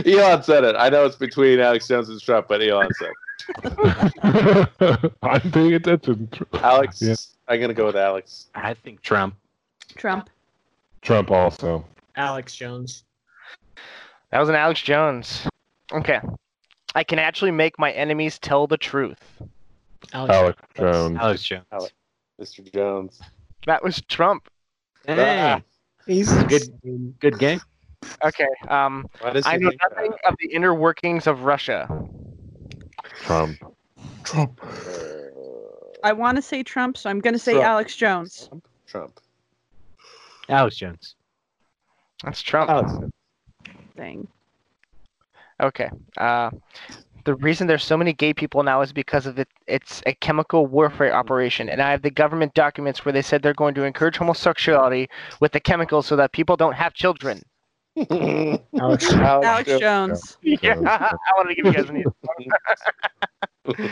[SPEAKER 5] Elon said it. I know it's between Alex Jones and Trump, but Elon said. it.
[SPEAKER 4] I'm paying attention.
[SPEAKER 5] Alex.
[SPEAKER 4] Yeah.
[SPEAKER 5] I'm gonna go with Alex.
[SPEAKER 2] I think Trump.
[SPEAKER 3] Trump.
[SPEAKER 4] Trump also.
[SPEAKER 6] Alex Jones.
[SPEAKER 1] That was an Alex Jones. Okay. I can actually make my enemies tell the truth.
[SPEAKER 6] Alex.
[SPEAKER 4] Alex Jones.
[SPEAKER 2] Alex Jones.
[SPEAKER 5] Alex. Mr. Jones. Ah,
[SPEAKER 1] That was Trump.
[SPEAKER 2] Hey,
[SPEAKER 6] He's
[SPEAKER 2] Good. good game.
[SPEAKER 1] Okay. Um,
[SPEAKER 5] Why does he
[SPEAKER 1] I know
[SPEAKER 5] think
[SPEAKER 1] nothing of the inner workings of Russia.
[SPEAKER 4] Trump.
[SPEAKER 6] Trump.
[SPEAKER 5] that?
[SPEAKER 3] I want to say Trump, so I'm going to say
[SPEAKER 5] Trump.
[SPEAKER 3] Alex Jones.
[SPEAKER 5] Trump. Trump.
[SPEAKER 2] Alex Jones.
[SPEAKER 1] That's Trump.
[SPEAKER 2] Alex.
[SPEAKER 3] Thing.
[SPEAKER 1] Okay. Uh, the reason there's so many gay people now is because of it. It's a chemical warfare operation, and I have the government documents where they said they're going to encourage homosexuality with the chemicals so that people don't have children.
[SPEAKER 6] Alex.
[SPEAKER 3] Alex
[SPEAKER 5] Jones.
[SPEAKER 3] Jones.
[SPEAKER 1] Yeah, I wanted to give you guys an easy one.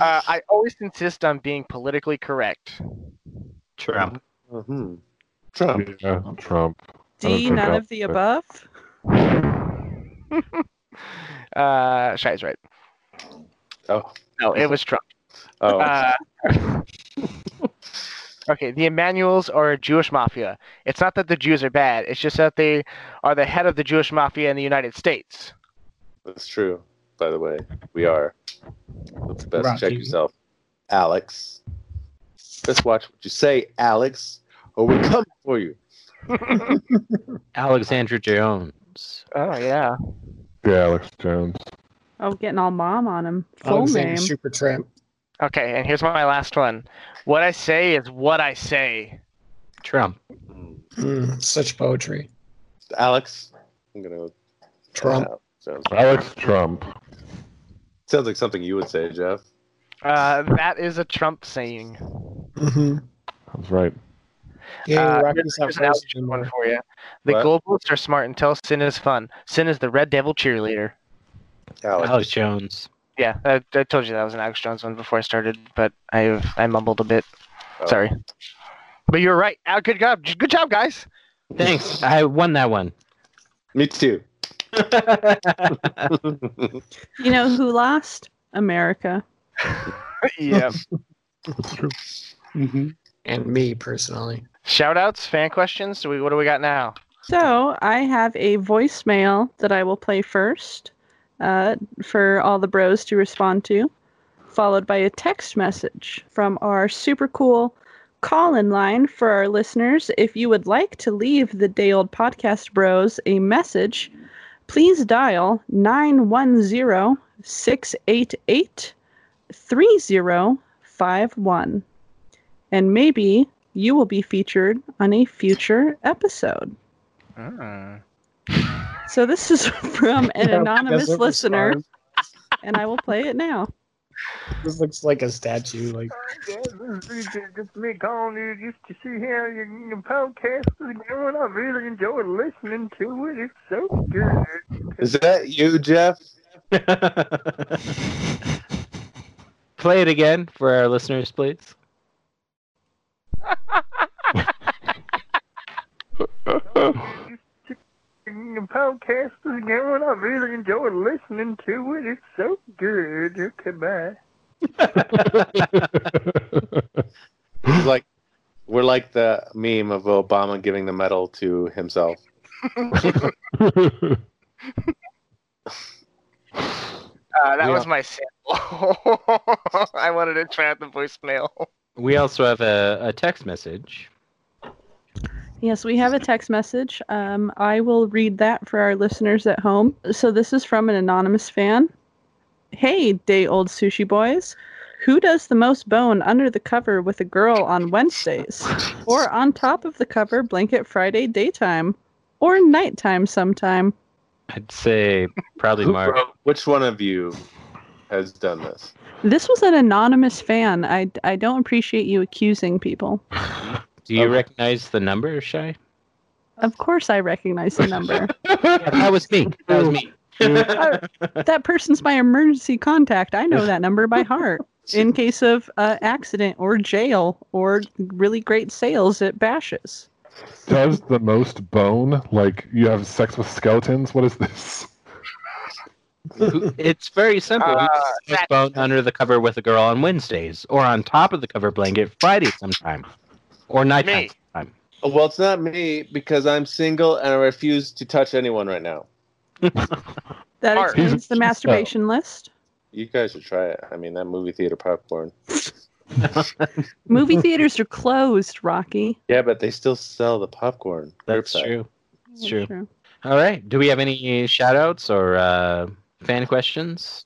[SPEAKER 1] uh, I always insist on being politically correct.
[SPEAKER 2] Trump.
[SPEAKER 5] Mhm. Trump.
[SPEAKER 4] Yeah, Trump.
[SPEAKER 3] D,
[SPEAKER 4] Okay.
[SPEAKER 3] none of the above.
[SPEAKER 1] Uh, Shai's right.
[SPEAKER 5] Oh.
[SPEAKER 1] No, it was Trump.
[SPEAKER 5] Oh.
[SPEAKER 1] Uh, okay, the Emmanuels are a Jewish mafia. It's not that the Jews are bad, it's just that they are the head of the Jewish mafia in the United States.
[SPEAKER 5] That's true. By the way, we are. That's best.
[SPEAKER 6] Rocky.
[SPEAKER 5] Check yourself, Alex. Let's watch what you say, Alex, or we're coming for you.
[SPEAKER 2] Alexandra Jones.
[SPEAKER 1] Oh, yeah.
[SPEAKER 4] Yeah, Alex Jones.
[SPEAKER 3] Oh, getting all mom on him. Full
[SPEAKER 6] Alexander
[SPEAKER 3] name.
[SPEAKER 6] Super Trump.
[SPEAKER 1] Okay, and here's my last one. What I say is what I say.
[SPEAKER 2] Trump.
[SPEAKER 6] Mm, such poetry.
[SPEAKER 5] Hmm. Alex, I'm gonna.
[SPEAKER 6] Trump.
[SPEAKER 5] Yeah, sounds,
[SPEAKER 4] Alex Trump.
[SPEAKER 5] sounds like something you would say, Jeff.
[SPEAKER 1] Uh, that is a Trump saying.
[SPEAKER 6] Mm-hmm.
[SPEAKER 4] That's right.
[SPEAKER 6] Yeah,
[SPEAKER 1] Uh,
[SPEAKER 6] Rocky's not
[SPEAKER 1] Here's an
[SPEAKER 6] first.
[SPEAKER 1] outdated one for you. The
[SPEAKER 5] What?
[SPEAKER 1] globalists are smart until sin is fun. Sin is the red devil cheerleader.
[SPEAKER 5] Alex.
[SPEAKER 2] Alex Jones.
[SPEAKER 1] Yeah, I, I told you that was an Alex Jones one before I started, but I I mumbled a bit.
[SPEAKER 5] Oh.
[SPEAKER 1] Sorry. But you're right. Ah, good job. Good job, guys.
[SPEAKER 2] Thanks. I won that one.
[SPEAKER 5] Me too.
[SPEAKER 3] You know who lost? America.
[SPEAKER 1] yeah.
[SPEAKER 6] And me personally.
[SPEAKER 1] Shout outs, fan questions. Do we, what do we got now?
[SPEAKER 3] So I have a voicemail that I will play first uh, for all the bros to respond to, followed by a text message from our super cool call in line for our listeners. If you would like to leave the day old podcast bros a message, please dial 910 688 3051. And maybe you will be featured on a future episode. So this is from an anonymous
[SPEAKER 6] Doesn't
[SPEAKER 3] listener,
[SPEAKER 6] respond.
[SPEAKER 3] and I will play it now.
[SPEAKER 6] Um, This looks like a statue. Like
[SPEAKER 9] just me calling you just to see how your, your podcast is going. I really enjoy listening to it. It's so good.
[SPEAKER 5] Is that you, Jeff?
[SPEAKER 2] Play it again for our listeners, please.
[SPEAKER 9] Your podcast is going. I really enjoy listening to it. It's so good. Okay, bye.
[SPEAKER 5] He's like, we're like the meme of Obama giving the medal to himself.
[SPEAKER 1] Uh, that
[SPEAKER 2] We
[SPEAKER 1] was my sample. I wanted to try out the voicemail.
[SPEAKER 2] We also have a, a text message.
[SPEAKER 3] Yes, we have a text message. Um, I will read that for our listeners at home. So this is from an anonymous fan. Hey, day old sushi boys. Who does the most bone under the cover with a girl on Wednesdays? Or on top of the cover blanket Friday daytime? Or nighttime sometime?
[SPEAKER 2] I'd say probably Mark.
[SPEAKER 5] Which one of you has done this?
[SPEAKER 3] This was an anonymous fan. I, I don't appreciate you accusing people.
[SPEAKER 2] Do you
[SPEAKER 5] Okay.
[SPEAKER 2] recognize the number, Shy?
[SPEAKER 3] Of course, I recognize the number.
[SPEAKER 2] that was me. That was me.
[SPEAKER 3] that person's my emergency contact. I know that number by heart in case of uh, accident or jail or really great sales at bashes.
[SPEAKER 4] Does the most bone? Like you have sex with skeletons? What is this?
[SPEAKER 2] It's very simple.
[SPEAKER 1] Uh,
[SPEAKER 2] Just bone under the cover with a girl on Wednesdays, or on top of the cover blanket Friday sometime, or nighttime.
[SPEAKER 1] Me.
[SPEAKER 2] sometime.
[SPEAKER 5] Oh, Well, it's not me because I'm single and I refuse to touch anyone right now.
[SPEAKER 3] That
[SPEAKER 1] Art.
[SPEAKER 3] explains the masturbation list.
[SPEAKER 5] You guys should try it. I mean, that movie theater popcorn.
[SPEAKER 3] Movie theaters are closed, Rocky.
[SPEAKER 5] Yeah, but they still sell the popcorn.
[SPEAKER 2] That's
[SPEAKER 5] curbside.
[SPEAKER 2] true. It's true. All right. Do we have any shout outs or uh, fan questions?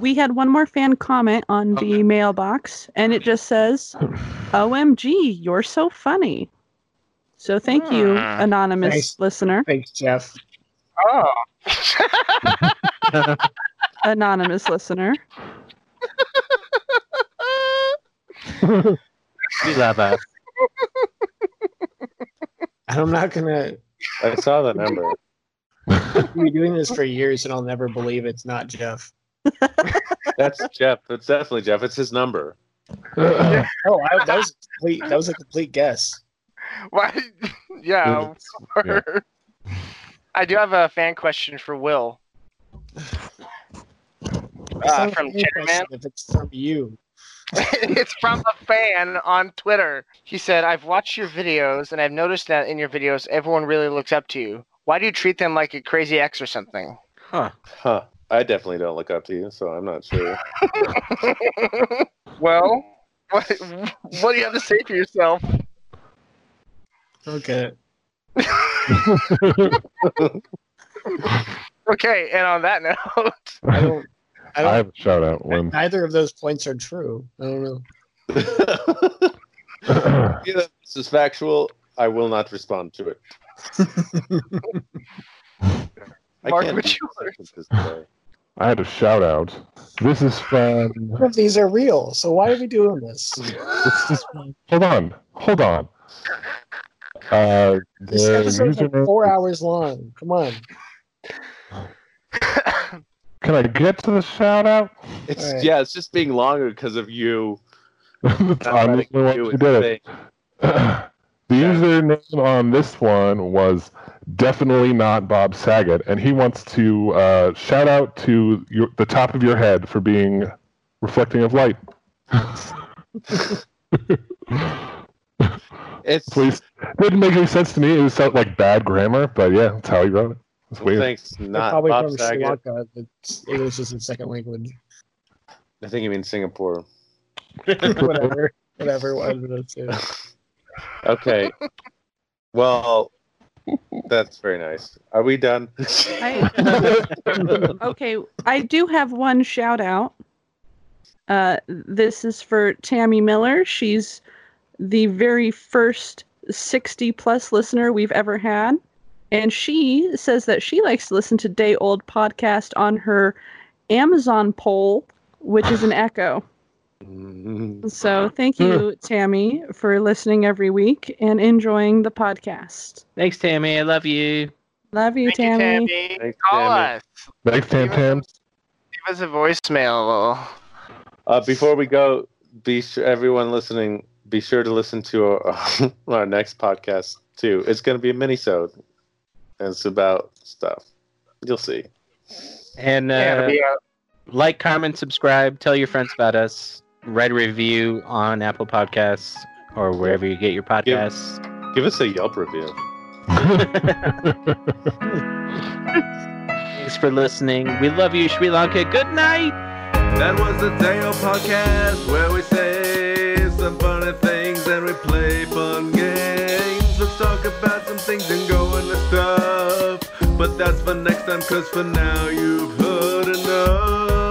[SPEAKER 3] We had one more fan comment on the mailbox, and it just says, OMG, you're so funny. So thank you,
[SPEAKER 1] Hmm.
[SPEAKER 3] anonymous
[SPEAKER 6] Nice.
[SPEAKER 3] listener.
[SPEAKER 6] thanks, Jeff.
[SPEAKER 1] Oh.
[SPEAKER 3] Anonymous listener.
[SPEAKER 2] We love us.
[SPEAKER 6] And I'm not gonna.
[SPEAKER 5] I saw the number.
[SPEAKER 6] I've been doing this for years, and I'll never believe it's not Jeff.
[SPEAKER 5] That's Jeff. It's definitely Jeff. It's his number.
[SPEAKER 6] Oh, I, that was a complete. That was a complete guess.
[SPEAKER 1] Why? yeah. of
[SPEAKER 4] Yeah.
[SPEAKER 1] course. I do have a fan question for Will.
[SPEAKER 6] It's not
[SPEAKER 1] Uh,
[SPEAKER 6] a
[SPEAKER 1] from
[SPEAKER 6] fair
[SPEAKER 1] Chitterman.
[SPEAKER 6] question If it's from you,
[SPEAKER 1] it's from a fan on Twitter. He said, I've watched your videos and I've noticed that in your videos everyone really looks up to you. Why do you treat them like a crazy ex or something?
[SPEAKER 5] Huh. I definitely don't look up to you, so I'm not sure.
[SPEAKER 1] well, what, what do you have to say for yourself?
[SPEAKER 6] okay.
[SPEAKER 1] Okay, and on that note,
[SPEAKER 6] I don't. I
[SPEAKER 4] I
[SPEAKER 6] don't,
[SPEAKER 4] have a shout out one.
[SPEAKER 6] neither of those points are true. I don't know.
[SPEAKER 4] I
[SPEAKER 5] Yeah, this is factual. I will not respond to it. I
[SPEAKER 1] Mark,
[SPEAKER 5] can't
[SPEAKER 1] would
[SPEAKER 5] be
[SPEAKER 1] you-
[SPEAKER 5] consistent this way.
[SPEAKER 4] had a shout out. This is from.
[SPEAKER 6] None of these are real, so why are we doing this?
[SPEAKER 4] This is from- hold on. Hold on. Uh, the
[SPEAKER 6] This episode's like
[SPEAKER 4] username-
[SPEAKER 6] four hours long. Come on.
[SPEAKER 4] Can I get to the shout out?
[SPEAKER 5] It's
[SPEAKER 6] Alright.
[SPEAKER 5] yeah, it's just being longer because of you.
[SPEAKER 4] I'm
[SPEAKER 5] not letting
[SPEAKER 4] the
[SPEAKER 5] you
[SPEAKER 4] one
[SPEAKER 5] do
[SPEAKER 4] who
[SPEAKER 5] it.
[SPEAKER 4] did it. the username on this one was definitely not Bob Saget, and he wants to uh, shout out to your, the top of your head for being reflecting of light.
[SPEAKER 5] It's
[SPEAKER 4] Please, didn't make any sense to me. It was so- like bad grammar, but yeah, that's how he wrote it. It's
[SPEAKER 5] well,
[SPEAKER 4] weird.
[SPEAKER 5] thanks,
[SPEAKER 6] They're
[SPEAKER 5] not
[SPEAKER 6] probably
[SPEAKER 5] Bob
[SPEAKER 6] from Sri
[SPEAKER 5] Saget.
[SPEAKER 6] Lanka, but English is the second language.
[SPEAKER 5] I think you mean Singapore.
[SPEAKER 6] Whatever. Whatever. One of those two.
[SPEAKER 5] Okay. well, that's very nice. Are we done?
[SPEAKER 3] I, okay, I do have one shout out. Uh, this is for Tammy Miller. She's the very first 60 plus listener we've ever had. And she says that she likes to listen to Day Old Podcast on her Amazon poll, which is an echo. So thank you,
[SPEAKER 2] Hmm.
[SPEAKER 3] Tammy, for listening every week and enjoying the podcast.
[SPEAKER 2] Thanks, Tammy. I love you.
[SPEAKER 3] Love you,
[SPEAKER 1] Thank you,
[SPEAKER 3] Tammy.
[SPEAKER 1] Tammy.
[SPEAKER 5] Thanks,
[SPEAKER 1] Call
[SPEAKER 5] Tammy.
[SPEAKER 1] us.
[SPEAKER 4] Thanks, Tam
[SPEAKER 1] Give
[SPEAKER 4] Tam.
[SPEAKER 1] us a- Give us a voicemail.
[SPEAKER 5] Uh, before we go, be sure everyone listening, be sure to listen to our, our next podcast too. It's going to be a mini-sode. And It's about stuff. You'll see.
[SPEAKER 2] And uh,
[SPEAKER 1] yeah, it'll be out.
[SPEAKER 2] like, comment, subscribe, tell your friends about us, write a review on Apple Podcasts or wherever you get your podcasts.
[SPEAKER 5] Give us a Yelp review.
[SPEAKER 2] Thanks for listening. We love you, Sri Lanka. Good night.
[SPEAKER 7] That was the Dale Podcast where we say some funny things and we play fun games. Let's talk about some things and go into stuff. But that's for next time, cause for now you've heard enough.